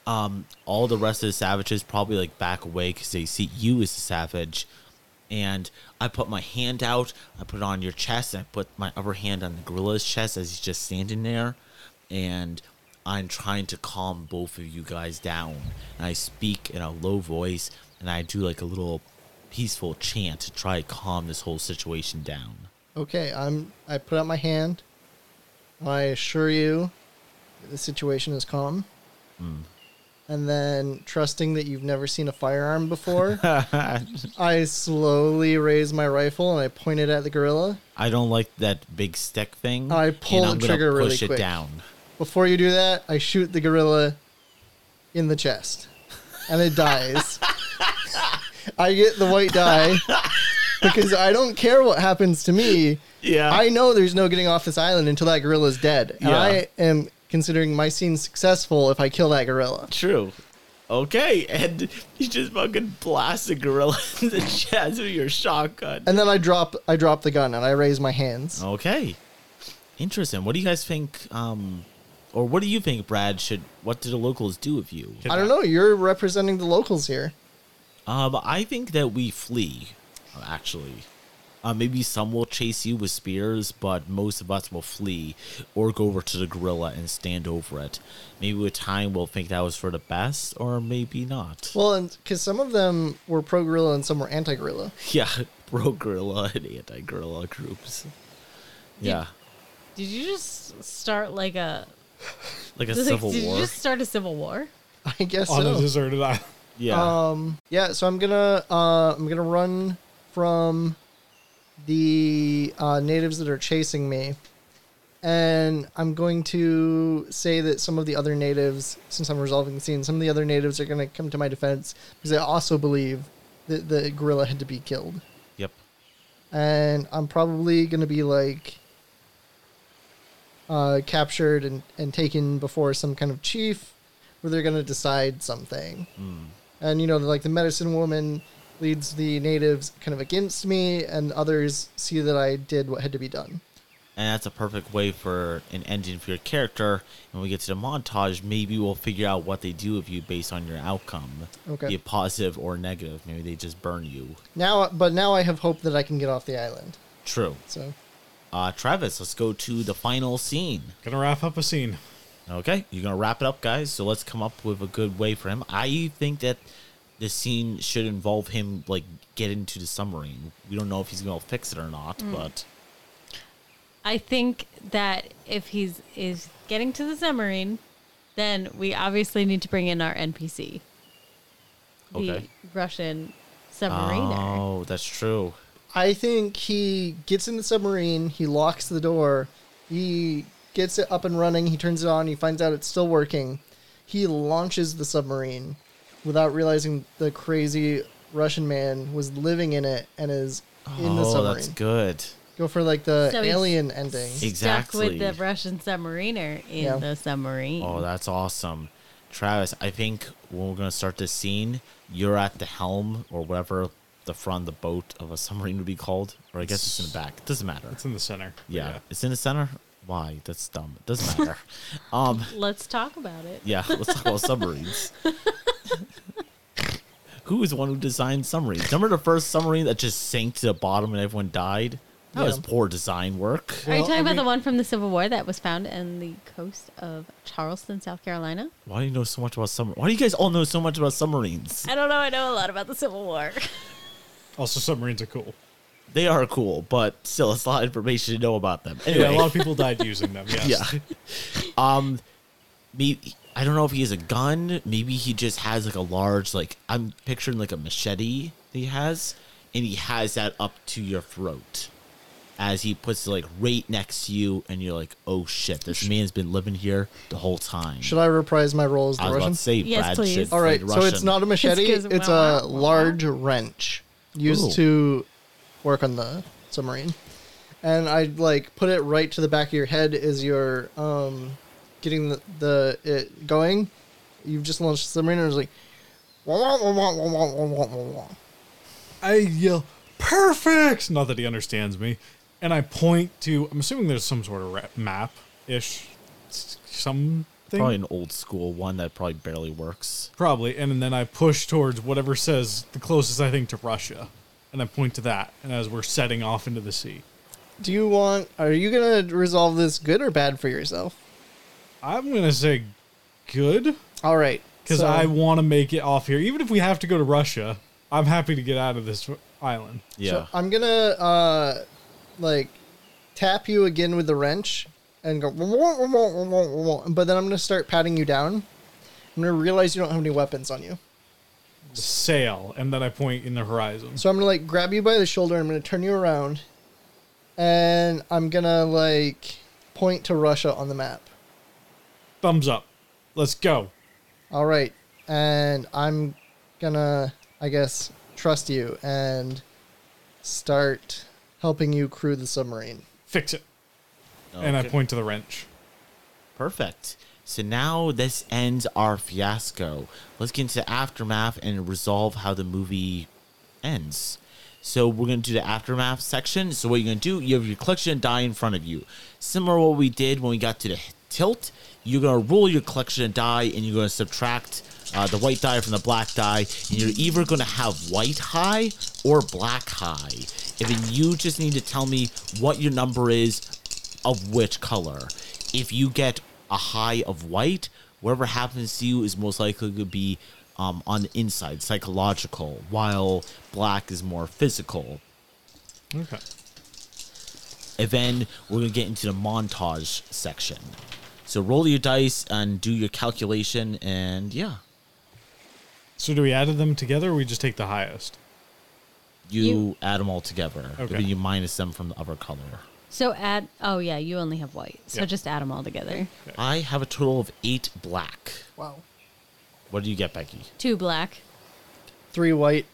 Um, all the rest of the savages probably like back away because they see you as a savage. And I put my hand out, I put it on your chest, and I put my other hand on the gorilla's chest as he's just standing there. And I'm trying to calm both of you guys down. And I speak in a low voice and I do like a little peaceful chant to try to calm this whole situation down. Okay, I'm. I put out my hand. I assure you the situation is calm. And then, trusting that you've never seen a firearm before, I slowly raise my rifle and I point it at the gorilla. I don't like that big stick thing. I and pull I'm the gonna trigger really push it quick. down. Before you do that, I shoot the gorilla in the chest, and it dies. I get the white die because I don't care what happens to me. Yeah. I know there's no getting off this island until that gorilla's dead. And Yeah. I am considering my scene successful if I kill that gorilla. True. Okay, and you just fucking blast a gorilla in the chest with your shotgun. And then I drop I drop the gun and I raise my Oh, hands. Okay. Interesting. What do you guys think um or what do you think Brad should what do the locals do with you? Get I don't that- know, you're representing the locals here. Um I think that we flee uh, actually. Uh, maybe some will chase you with spears, but most of us will flee or go over to the gorilla and stand over it. Maybe with time we'll think that was for the best, or maybe not. Well, and because some of them were pro gorilla and some were anti gorilla. yeah, pro gorilla and anti gorilla groups. Yeah, Did you just start like a like a like, civil Did war. you just start a civil war? I guess on so. a deserted island. yeah, uh, Um, yeah, so I'm gonna uh, I'm gonna run from the uh, natives that are chasing me, and I'm going to say that some of the other natives, since I'm resolving the scene, some of the other natives are gonna come to my defense because they also believe that the gorilla had to be killed, yep. and I'm probably gonna be like. Uh, captured and, and taken before some kind of chief where they're going to decide something and you know like the medicine woman leads the natives kind of against me and others see that i did what had to be done and that's a perfect way for an ending for your character. And when we get to the montage, maybe we'll figure out what they do with you based on your outcome, Okay. be it positive or negative. Maybe they just burn you. now but now i have hope that i can get off the island True. so Uh, Travis, let's go to the final scene. Gonna wrap up a scene. Okay, you're gonna wrap it up, guys. So let's come up with a good way for him. I think that the scene should involve him like get into the submarine. We don't know if he's gonna fix it or not, but I think that if he's is getting to the submarine, then we obviously need to bring in our NPC, the Okay. Russian submariner. oh, that's true. i think he gets in the submarine he locks the door he gets it up and running he turns it on he finds out it's still working he launches the submarine without realizing the crazy russian man was living in it and is in the oh, submarine that's good. go for like the So he's- alien ending Exactly. Stuck with the Russian submariner in Yeah. the submarine. Oh, that's awesome. Travis, I think when we're going to start this scene, you're at the helm or whatever the front of the boat of a submarine would be called. Or I guess it's in the back. doesn't matter. It's in the center. yeah. It's in the center? Why? That's dumb. It doesn't matter. um, Let's talk about it. yeah, let's talk about submarines. who is the one who designed submarines? Remember the first submarine that just sank to the bottom and everyone died? That was Yeah. poor design work. Are Well, you talking I about the mean- one from the Civil War that was found in the coast of Charleston, South Carolina? Why do you know so much about submarines? Why do you guys all know so much about submarines? I don't know. I know a lot about the Civil War. Also, submarines are cool. they are cool, but still, it's a lot of information to know about them. Yeah, a lot Anyway, of people died using them. Yes. yeah. um, maybe I don't know if he has a gun. Maybe he just has like a large, like I'm picturing like a machete that he has, and he has that up to your throat. As he puts it like right next to you, and you're like, "Oh shit, this man's been living here the whole time." Should I reprise my role as the I was about Russian? to say, Yes, Brad please. should All right, play the so it's Russian. not a machete; It's it's, 'cause- a wow, wow, wow. large wrench used Ooh. to work on the submarine. And I like put it right to the back of your head as you're um, getting the, the it going. You've just launched the submarine, and it's like, "Wah, wah, wah, wah, wah, wah, wah, wah, wah." I yell, perfect! Not that he understands me. And I point to, I'm assuming there's some sort of ra- map ish, something. probably an old school one that probably barely works. Probably. And then I push towards whatever says the closest I think to Russia. And I point to that. And as we're setting off into the sea, Do you want? Are you gonna resolve this good or bad for yourself? I'm going to say good All right, because so- I want to make it off here. Even if we have to go to Russia, I'm happy to get out of this island. Yeah, So I'm gonna uh, like tap you again with the wrench, and go, but then I'm going to start patting you down. I'm going to realize you don't have any weapons on you. Sail, and then I point in the horizon. So I'm gonna like grab you by the shoulder. I'm gonna turn you around, and I'm gonna like point to Russia on the map. Thumbs up. Let's go. All right, and I'm gonna, I guess, trust you and start helping you crew the submarine. Fix it. Okay. And I point to the wrench. Perfect. So now this ends our fiasco. Let's get into the aftermath and resolve how the movie ends. So we're gonna do the aftermath section. So what you're gonna do, you have your collection of die in front of you. Similar to what we did when we got to the tilt, you're gonna roll your collection of die and you're gonna subtract uh, the white die from the black die, and you're either gonna have white high or black high. And then you just need to tell me what your number is of which color. If you get a high of white, whatever happens to you is most likely to be um, on the inside, psychological, while black is more physical. Okay. And then we're gonna get into the montage section. So roll your dice and do your calculation, and yeah, So do we add them together or we just take the highest? you, You- add them all together. Okay. Then you minus them from the other color. So add. Oh yeah, you only have white. So Yeah. just add them all together. I have a total of eight black. Wow. What do you get, Becky? Two black. Three white.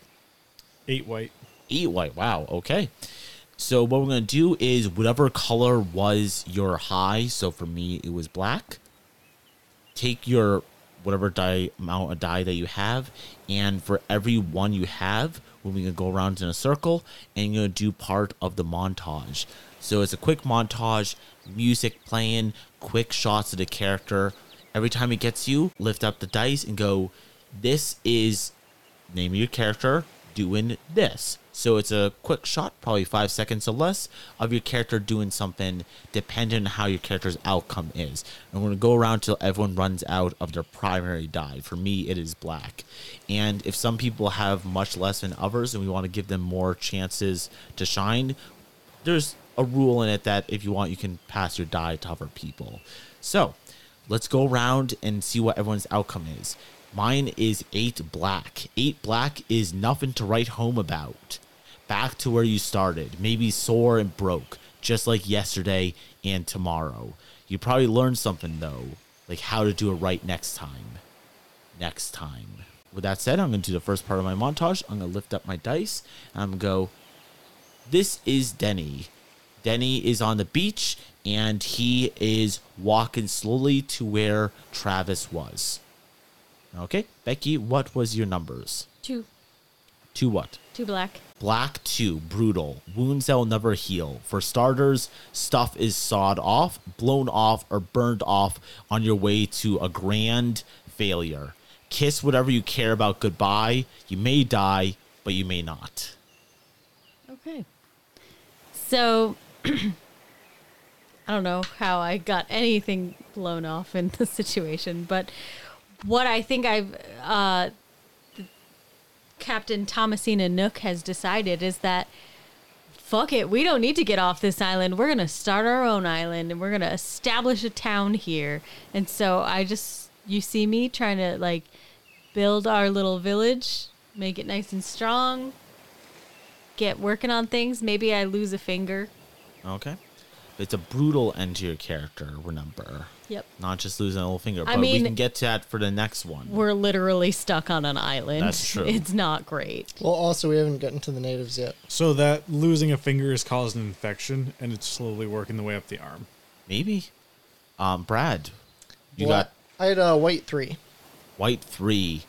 Eight white. Eight white. Wow. Okay. So what we're gonna do is whatever color was your high. So for me, it was black. Take your whatever die amount of die that you have, and for every one you have, we're gonna go around in a circle, and you're gonna do part of the montage. So it's a quick montage, music playing, quick shots of the character. Every time it gets you, lift up the dice and go. This is name of your character doing this. So it's a quick shot, probably five seconds or less, of your character doing something, depending on how your character's outcome is. And we're gonna go around till everyone runs out of their primary die. For me, it is black. And if some people have much less than others, and we want to give them more chances to shine, there's a rule in it that if you want, you can pass your die to other people. So let's go around and see what everyone's outcome is. Mine is eight black. Eight black is nothing to write home about. Back to where you started, maybe sore and broke, just like yesterday and tomorrow. You probably learned something though, like how to do it right next time next time. With that said, I'm going to do the first part of my montage. I'm going to lift up my dice and I'm going to go, This is Denny. Denny is on the beach and he is walking slowly to where Travis was. Okay, Becky, what was your numbers? Two. To what? Two black. Black 2, brutal. Wounds that will never heal. For starters, stuff is sawed off, blown off, or burned off on your way to a grand failure. Kiss whatever you care about goodbye. You may die, but you may not. Okay. So I don't know how I got anything blown off in this situation, but what I think I've uh, Captain Thomasina Nook has decided is that fuck it, we don't need to get off this island. We're gonna start our own island and we're gonna establish a town here. And so I just you see me trying to like build our little village, make it nice and strong, get working on things. Maybe I lose a finger. Okay? It's a brutal end to your character, remember. Yep. Not just losing a little finger, but I we mean- can get to that for the next one. We're literally stuck on an island. That's true. It's not great. Well, also we haven't gotten to the natives yet. So that losing a finger has caused an infection and it's slowly working the way up the arm. Maybe. Um, Brad, you Well, got I had uh, white three. White Three.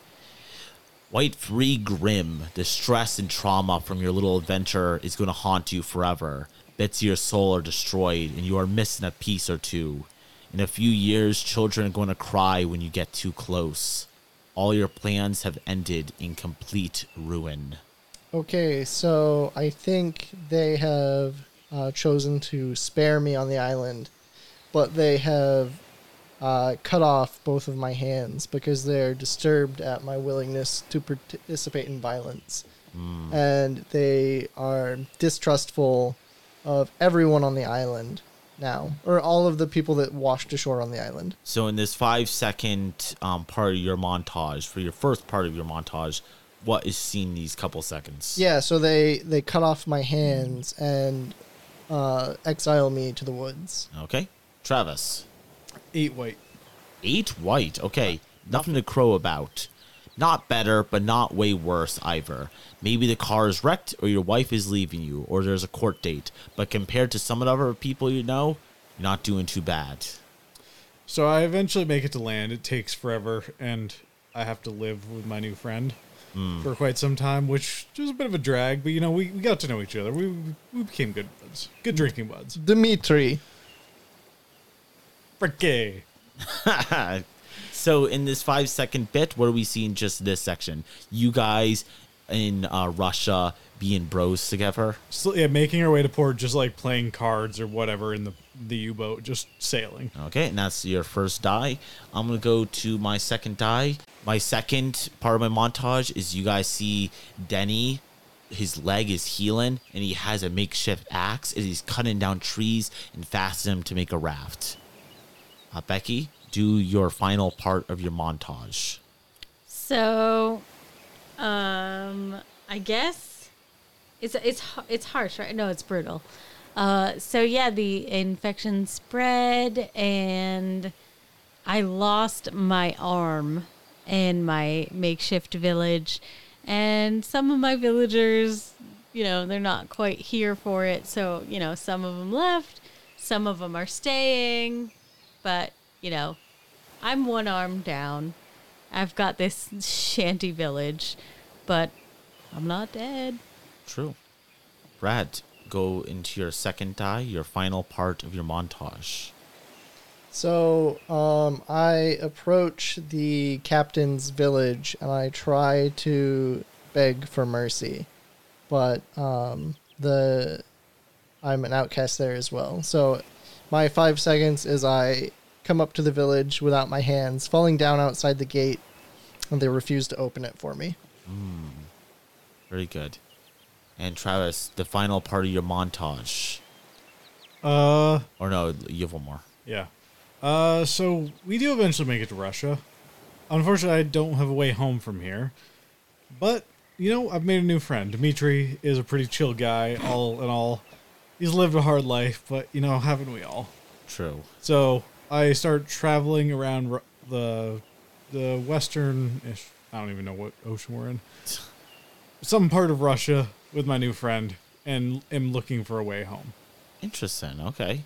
White Three Grim, the stress and trauma from your little adventure is going to haunt you forever. Bits of your soul are destroyed, and you are missing a piece or two. In a few years, children are going to cry when you get too close. All your plans have ended in complete ruin. Okay, so I think they have uh, chosen to spare me on the island, but they have uh, cut off both of my hands because they're disturbed at my willingness to participate in violence. Hmm. And they are distrustful of everyone on the island, now, or all of the people that washed ashore on the island. So in this five second um, part of your montage, for your first part of your montage, what is seen these couple seconds? Yeah, so they they cut off my hands and uh, exile me to the woods. Okay. Travis. Eight white. Eight white. Okay. Nothing to crow about. Not better, but not way worse either. Maybe the car is wrecked, or your wife is leaving you, or there's a court date. But compared to some of the other people you know, you're not doing too bad. So I eventually make it to land. It takes forever, and I have to live with my new friend for quite some time, which is a bit of a drag. But you know, we, we got to know each other. We we became good buds, good drinking buds. Dimitri, Fricky. so in this five second bit, what are we seeing just this section? You guys in uh, Russia being bros together. So, yeah, making our way to port, just like playing cards or whatever in the the U boat, just sailing. Okay, and that's your first die. I'm gonna go to my second die. My second part of my montage is you guys see Denny. His leg is healing, and he has a makeshift axe, and he's cutting down trees and fastening them to make a raft. Uh, Becky, do your final part of your montage. So, um, I guess it's it's har- it's harsh, right? No, it's brutal. Uh, so yeah, the infection spread, and I lost my arm in my makeshift village, and some of my villagers, you know, they're not quite here for it. So you know, some of them left, some of them are staying, but you know, I'm one arm down. I've got this shanty village, but I'm not dead. True. Brad, go into your second die, your final part of your montage. So um, I approach the captain's village and I try to beg for mercy, but um, the I'm an outcast there as well. So my five seconds is I come up to the village without my hands, falling down outside the gate, and they refuse to open it for me. Very good. And Travis, the final part of your montage. Uh, Or no, you have one more. Yeah. Uh, so we do eventually make it to Russia. Unfortunately, I don't have a way home from here. But, you know, I've made a new friend. Dmitri is a pretty chill guy, all in all. He's lived a hard life, but, you know, haven't we all? True. So I start traveling around Ru- the the western ish. I don't even know what ocean we're in. Some part of Russia with my new friend, and am looking for a way home. Interesting. Okay.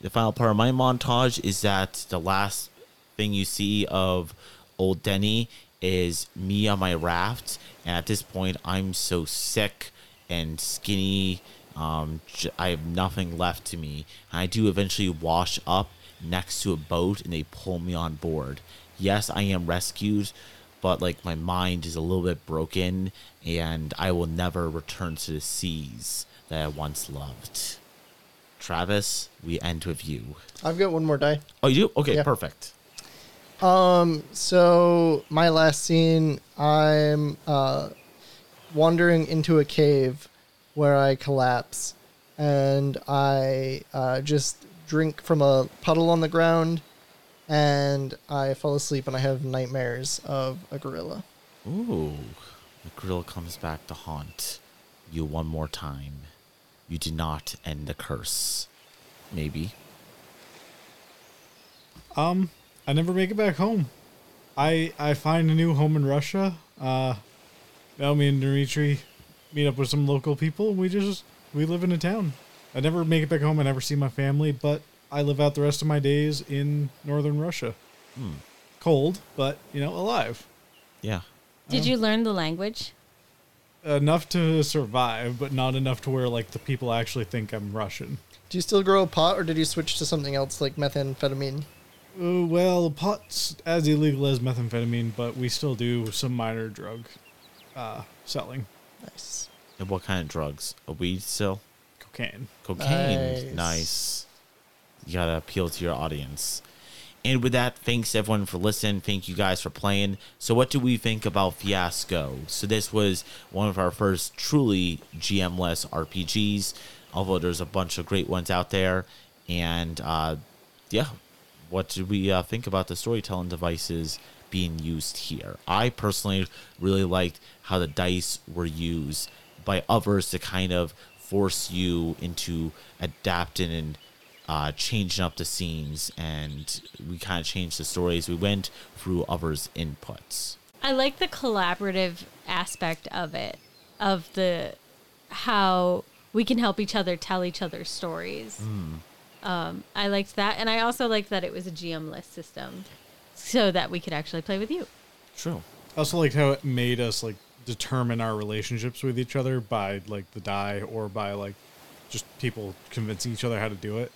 The final part of my montage is that the last thing you see of old Denny is me on my raft. And at this point, I'm so sick and skinny. Um, j- I have nothing left to me. And I do eventually wash up next to a boat and they pull me on board. Yes, I am rescued, but like my mind is a little bit broken and I will never return to the seas that I once loved. Travis, we end with you. I've got one more die. Oh, you do? Okay, Yeah. perfect. So my last scene, I'm uh, wandering into a cave where I collapse, and I uh, just drink from a puddle on the ground, and I fall asleep, and I have nightmares of a gorilla. Ooh, the grill comes back to haunt you one more time. You did not end the curse. Maybe. Um, I never make it back home. I I find a new home in Russia. Uh, now me and Dmitri meet up with some local people, and we just we live in a town. I never make it back home. I never see my family, but I live out the rest of my days in northern Russia. Cold, but you know, alive Yeah. Did you learn the language? enough to survive, but not enough to where like the people actually think I'm Russian. Do you still grow a pot, or did you switch to something else like methamphetamine? Uh, well, pot's as illegal as methamphetamine, but we still do some minor drug uh, selling. Nice. And what kind of drugs? A weed still? cocaine. Cocaine. Nice. Nice. You gotta appeal to your audience. And with that, thanks everyone for listening. Thank you guys for playing. So, what do we think about Fiasco? So, this was one of our first truly GM-less RPGs, although there's a bunch of great ones out there. And uh, yeah, what did we uh, think about the storytelling devices being used here? I personally really liked how the dice were used by others to kind of force you into adapting and uh, changing up the scenes. And we kind of changed the stories. We went through others' inputs. I like the collaborative aspect of it, of the how we can help each other tell each other stories. Um, I liked that, and I also liked that it was a GM list system, so that we could actually play with you. True. I also liked how it made us like determine our relationships with each other by like the die or by like just people convincing each other how to do it.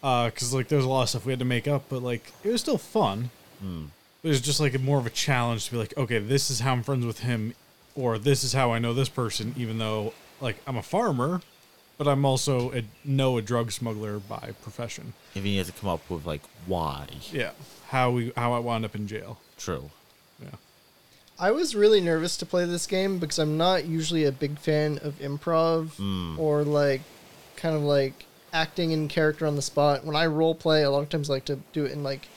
Because like there's a lot of stuff we had to make up, but like it was still fun. But it was just like more of a challenge to be like, okay, this is how I'm friends with him, or this is how I know this person, even though like I'm a farmer, but I'm also a, no a drug smuggler by profession. If you had to come up with like why. Yeah, how we how I wound up in jail. True. Yeah. I was really nervous to play this game because I'm not usually a big fan of improv or like kind of like acting in character on the spot. When I role play, a lot of times I like to do it in like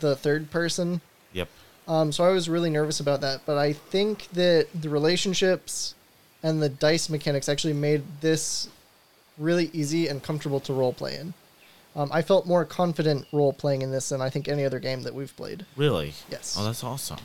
the third person. Yep. Um, so I was really nervous about that, but I think that the relationships and the dice mechanics actually made this really easy and comfortable to role play in. Um, I felt more confident role playing in this than I think any other game that we've played. Really? Yes. Oh, that's awesome.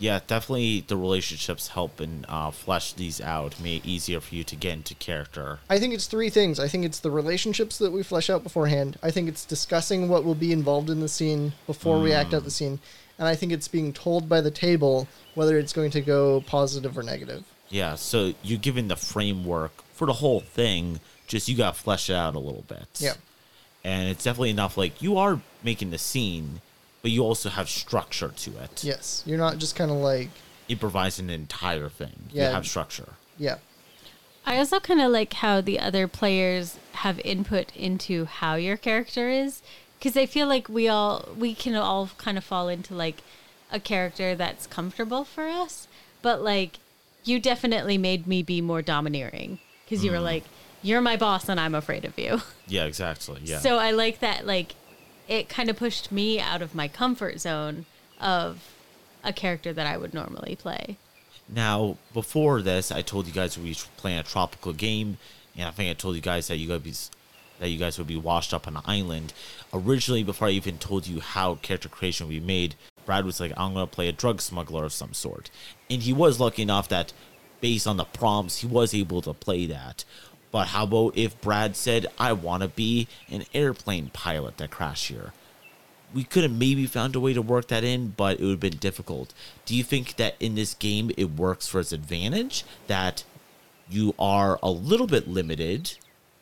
yeah, definitely the relationships help and uh, flesh these out, make it easier for you to get into character. I think it's three things. I think it's the relationships that we flesh out beforehand. I think it's discussing what will be involved in the scene before we act out the scene. And I think it's being told by the table whether it's going to go positive or negative. Yeah, so you're given the framework for the whole thing, just you got to flesh it out a little bit. Yep. And it's definitely enough, like, you are making the scene, but you also have structure to it. Yes. You're not just kind of like, Improvise an entire thing. Yeah. You have structure. yeah. I also kind of like how the other players have input into how your character is because I feel like we all we can all kind of fall into like a character that's comfortable for us, but like you definitely made me be more domineering because you were like you're my boss and I'm afraid of you. Yeah, exactly. Yeah. So I like that like it kind of pushed me out of my comfort zone of a character that I would normally play. Now, before this, I told you guys we were playing a tropical game, and I think I told you guys that you guys be, that you guys would be washed up on an island. Originally, before I even told you how character creation would be made, Brad was like, "I'm gonna play a drug smuggler of some sort," and he was lucky enough that, based on the prompts, he was able to play that. But how about if Brad said, "I want to be an airplane pilot that crashed here"? we could have maybe found a way to work that in, but it would have been difficult. Do you think that in this game it works for its advantage that you are a little bit limited,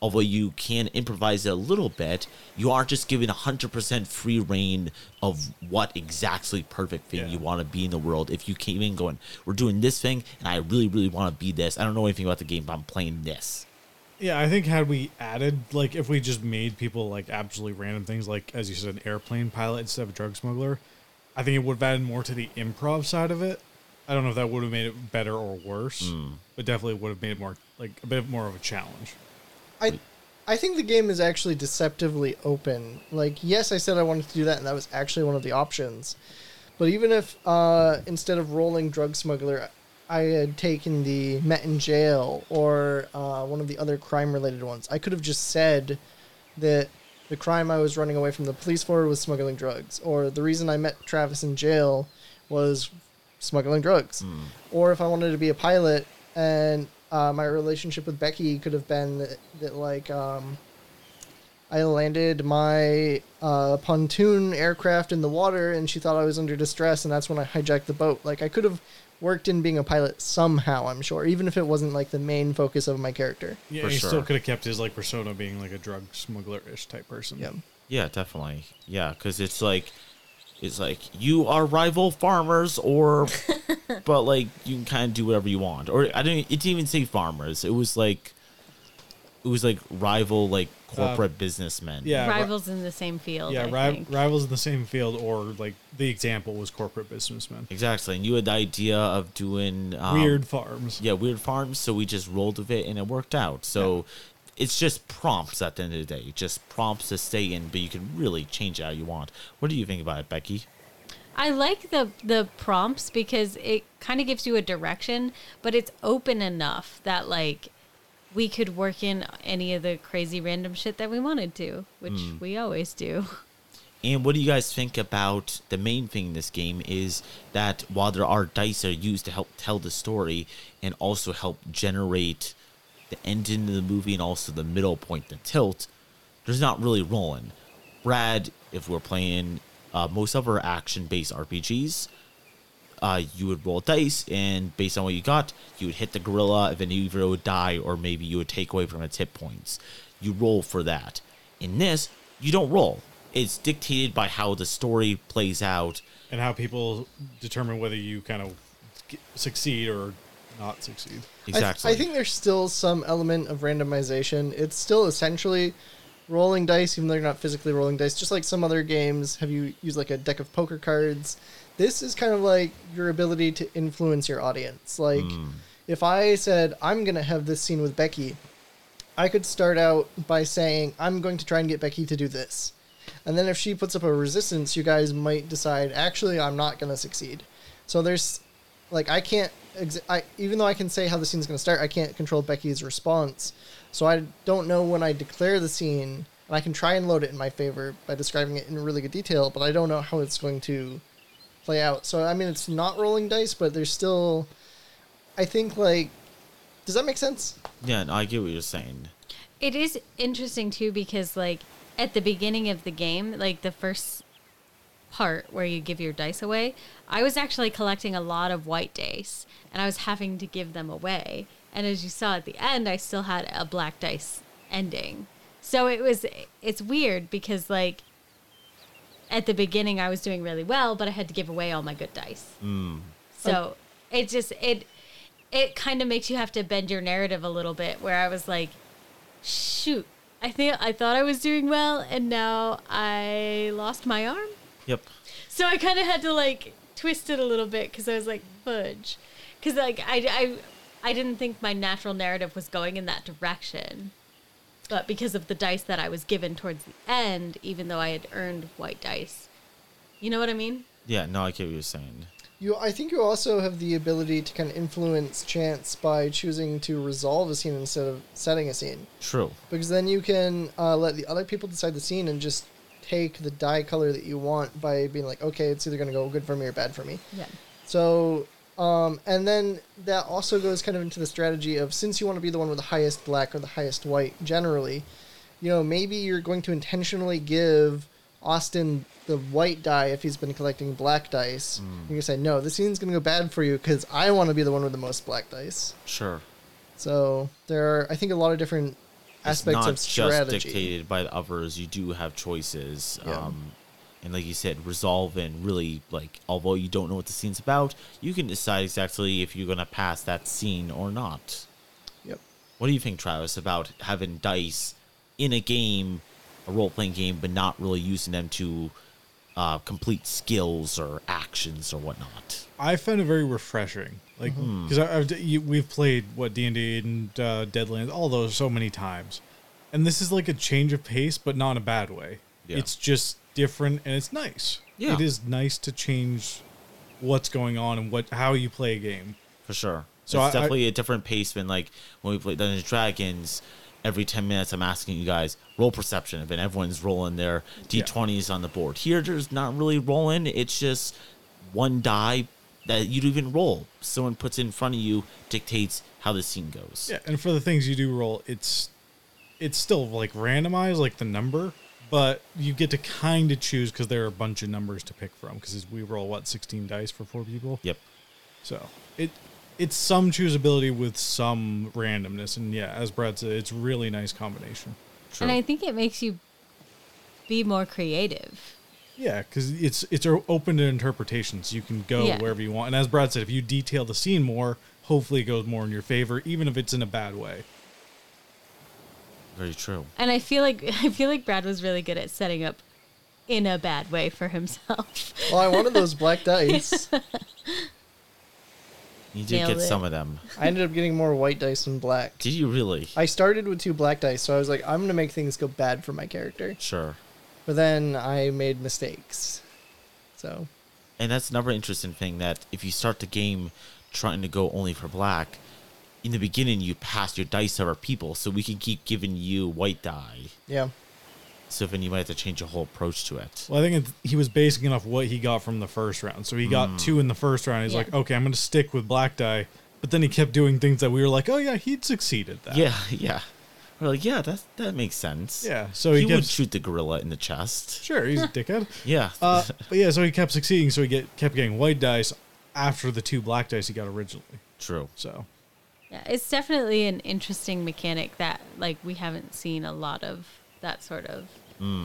although you can improvise it a little bit? You aren't just given 100% free reign of what exactly perfect thing Yeah. you want to be in the world. If you came in going, we're doing this thing, and I really, really want to be this. I don't know anything about the game, but I'm playing this. Yeah, I think had we added, like, if we just made people like absolutely random things, like as you said, an airplane pilot instead of a drug smuggler, I think it would have added more to the improv side of it. I don't know if that would have made it better or worse, Hmm. but definitely would have made it more like a bit more of a challenge. I I think the game is actually deceptively open. Like, yes, I said I wanted to do that, and that was actually one of the options. But even if uh, instead of rolling drug smuggler, I had taken the met in jail or uh, one of the other crime related ones, I could have just said that the crime I was running away from the police for was smuggling drugs, or the reason I met Travis in jail was smuggling drugs, or if I wanted to be a pilot and uh, my relationship with Becky could have been that, that like um, I landed my uh, pontoon aircraft in the water and she thought I was under distress and that's when I hijacked the boat. Like I could have worked in being a pilot somehow, I'm sure, even if it wasn't like the main focus of my character. Yeah, For he sure. still could have kept his like persona being like a drug smuggler ish type person. Yeah. Yeah, definitely. Yeah, because it's like, it's like you are rival farmers, or but like you can kind of do whatever you want. Or I didn't. It didn't even say farmers. It was like, it was like rival like corporate businessmen. Uh, yeah, ri- Rivals in the same field. yeah, I ri- think. rivals in the same field, or like the example was corporate businessmen. exactly. And you had the idea of doing um, Weird farms. Yeah, weird farms. So we just rolled with it, and it worked out. So it's just prompts at the end of the day. Just prompts to stay in, but you can really change it how you want. What do you think about it, Becky? I like the the prompts because it kind of gives you a direction, but it's open enough that like we could work in any of the crazy random shit that we wanted to, which we always do. And what do you guys think about the main thing in this game is that while there are dice that are used to help tell the story and also help generate the ending of the movie and also the middle point, the tilt, there's not really rolling. Brad, if we're playing uh, most of our action based RPGs, uh, you would roll dice, and based on what you got, you would hit the gorilla, and then you either would die or maybe you would take away from its hit points. You roll for that. In this, you don't roll. It's dictated by how the story plays out. and how people determine whether you kind of g- succeed or not succeed. I th- Exactly. I, think there's still some element of randomization. It's still essentially rolling dice, even though you're not physically rolling dice. Just like some other games, have you used like a deck of poker cards? This is kind of like your ability to influence your audience. Like, if I said, I'm going to have this scene with Becky, I could start out by saying, I'm going to try and get Becky to do this. And then if she puts up a resistance, you guys might decide, actually, I'm not going to succeed. So there's, like, I can't, ex- I, even though I can say how the scene's going to start, I can't control Becky's response. So I don't know when I declare the scene, and I can try and load it in my favor by describing it in really good detail, but I don't know how it's going to play out. So, I mean, it's not rolling dice, but there's still, I think, like, does that make sense? yeah, no, I get what you're saying. It is interesting too because like at the beginning of the game, like the first part where you give your dice away, I was actually collecting a lot of white dice and I was having to give them away. And as you saw at the end, I still had a black dice ending. So it was it's weird because like at the beginning I was doing really well, but I had to give away all my good dice. So it just it it kind of makes you have to bend your narrative a little bit where I was like shoot i think i thought i was doing well and now i lost my arm Yep. so i kind of had to like twist it a little bit because i was like fudge because like I, I i didn't think my natural narrative was going in that direction but because of the dice that i was given towards the end even though i had earned white dice you know what i mean Yeah, no, I get what you're saying. You, I think you also have the ability to kind of influence chance by choosing to resolve a scene instead of setting a scene, True. because then you can uh, let the other people decide the scene and just take the die color that you want by being like, okay, it's either going to go good for me or bad for me. yeah So, um, and then that also goes kind of into the strategy of since you want to be the one with the highest black or the highest white generally, you know, maybe you're going to intentionally give Austin the white die if he's been collecting black dice. Hmm. You're going to say, no, this scene's going to go bad for you because I want to be the one with the most black dice. Sure. So there are, I think, a lot of different aspects it's not of strategy. just dictated by the others. You do have choices. Yeah. Um, and like you said, resolve and really like, although you don't know what the scene's about, you can decide exactly if you're gonna pass that scene or not. Yep. What do you think, Travis, about having dice in a game, a role playing game, but not really using them to uh, complete skills or actions or whatnot? I found it very refreshing, like because I've you, we've played what D and D and uh, Deadlands, all those so many times, and this is like a change of pace, but not in a bad way. Yeah. It's just different and it's nice. Yeah. It is nice to change what's going on and what how you play a game. for sure. So So it's I- definitely a different pace than like when we play Dungeons and Dragons. Every ten minutes, I'm asking you guys roll perception, and then everyone's rolling their d20s on the board. Here, there's not really rolling; it's just one die that you don't even roll. Someone puts in front of you dictates how the scene goes. Yeah, and for the things you do roll, it's it's still like randomized, like the number, but you get to kind of choose because there are a bunch of numbers to pick from. Because we roll what sixteen dice for four people. Yep. So it it's some choosability with some randomness, and yeah, as Brad said, it's really nice combination. True. and i think it makes you be more creative Yeah, because it's it's o- open to interpretation, so you can go Yeah. wherever you want. And as Brad said, if you detail the scene more, hopefully it goes more in your favor, even if it's in a bad way. Very true. And I feel like I feel like Brad was really good at setting up in a bad way for himself. Well, I wanted those black dice. You did Nailed get it. some of them. I ended up getting more white dice than black. Did you really? I started with two black dice, so I was like, I'm gonna make things go bad for my character. Sure. But then I made mistakes. So And that's another interesting thing that if you start the game trying to go only for black, in the beginning you pass your dice over people, so we can keep giving you white die. yeah. So then you might have to change your whole approach to it. Well, I think it's, he was basing it off what he got from the first round. So he Hmm. got two in the first round. He's Yeah. like, okay, I'm going to stick with black die. But then he kept doing things that we were like, oh yeah, he'd succeeded that. Yeah, yeah. We're like, yeah, that that makes sense. Yeah, so he, he would gives- shoot the gorilla in the chest. sure, he's a dickhead. Yeah, Uh, but yeah, so he kept succeeding. So he get kept getting white dice after the two black dice he got originally. true. So Yeah, it's definitely an interesting mechanic that like we haven't seen a lot of that sort of Hmm.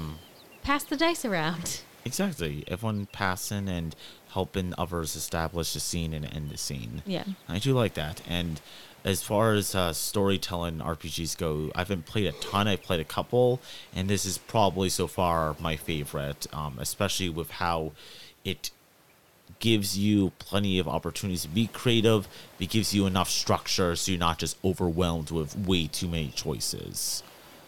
pass the dice around. Exactly. Everyone passing and helping others establish the scene and end the scene. Yeah. I do like that. And as far as uh, storytelling RPGs go, I haven't played a ton. I've played a couple, and this is probably so far my favorite, um, especially with how it gives you plenty of opportunities to be creative. It gives you enough structure so you're not just overwhelmed with way too many choices.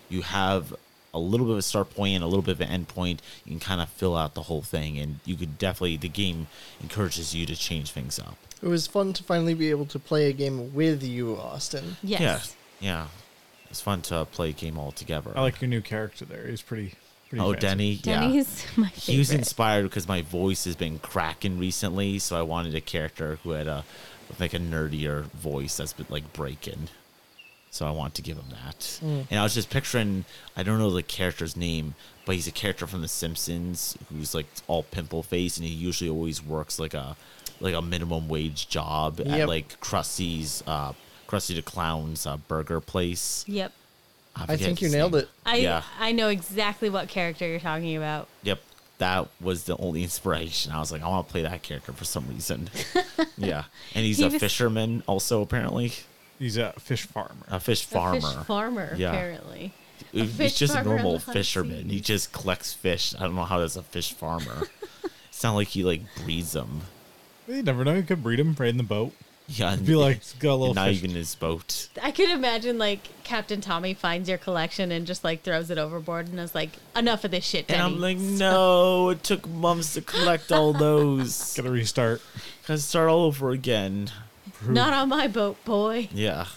You have a little bit of a start point and a little bit of an end point. You can kind of fill out the whole thing, and you could definitely, the game encourages you to change things up. It was fun to finally be able to play a game with you, Austin. Yes. Yeah. Yeah. It's fun to play a game all together. I like your new character there. He's pretty. pretty Oh, fancy. Denny. yeah. Denny's my favorite. He was inspired because my voice has been cracking recently, so I wanted a character who had a with like a nerdier voice that's been like breaking. So I want to give him that. Mm. And I was just picturing I don't know the character's name, but he's a character from The Simpsons who's like all pimple face and he usually always works like a like a minimum wage job at Yep. like Krusty's uh Krusty the Clown's uh, burger place. Yep. I forget think you his nailed name. it. I Yeah. I know exactly what character you're talking about. Yep. That was the only inspiration. I was like, I want to play that character for some reason. yeah. And he's He a was- fisherman also apparently. He's a fish farmer. A fish A farmer. fish farmer Yeah. apparently. A he's fish just a farmer on normal the high fisherman. He seas. just collects fish. I don't know how that's a fish farmer. it's not like he like breeds them. you never know. You could breed him right in the boat. Yeah. Be like, got a little not fish. even his boat. I could imagine like Captain Tommy finds your collection and just like throws it overboard and is like, enough of this shit, And Denny. I'm like, no, it took months to collect all those. Gotta restart. Gotta start all over again. Not on my boat, boy. Yeah.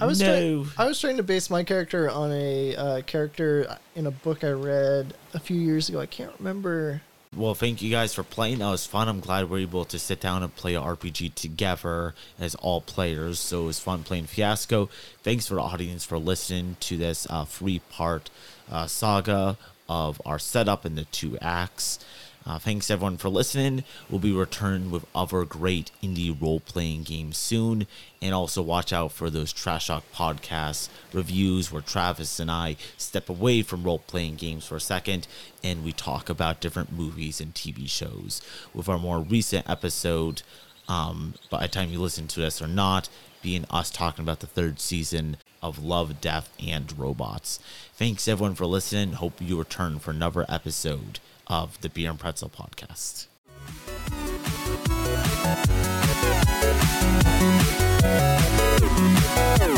I was no. try- I was trying to base my character on a uh, character in a book I read a few years ago. I can't remember. Well, thank you guys for playing. That was fun. I'm glad we're able to sit down and play a RPG together as all players. So it was fun playing Fiasco. Thanks for the audience for listening to this uh, three part uh, saga of our setup and the two acts. Uh, thanks everyone for listening. We'll be returning with other great indie role playing games soon. And also watch out for those Trash Talk podcasts reviews where Travis and I step away from role playing games for a second and we talk about different movies and TV shows. With our more recent episode, um, by the time you listen to this or not, being us talking about the third season of Love, Death, and Robots. Thanks everyone for listening. Hope you return for another episode of the Beer and Pretzel podcast. Thank you.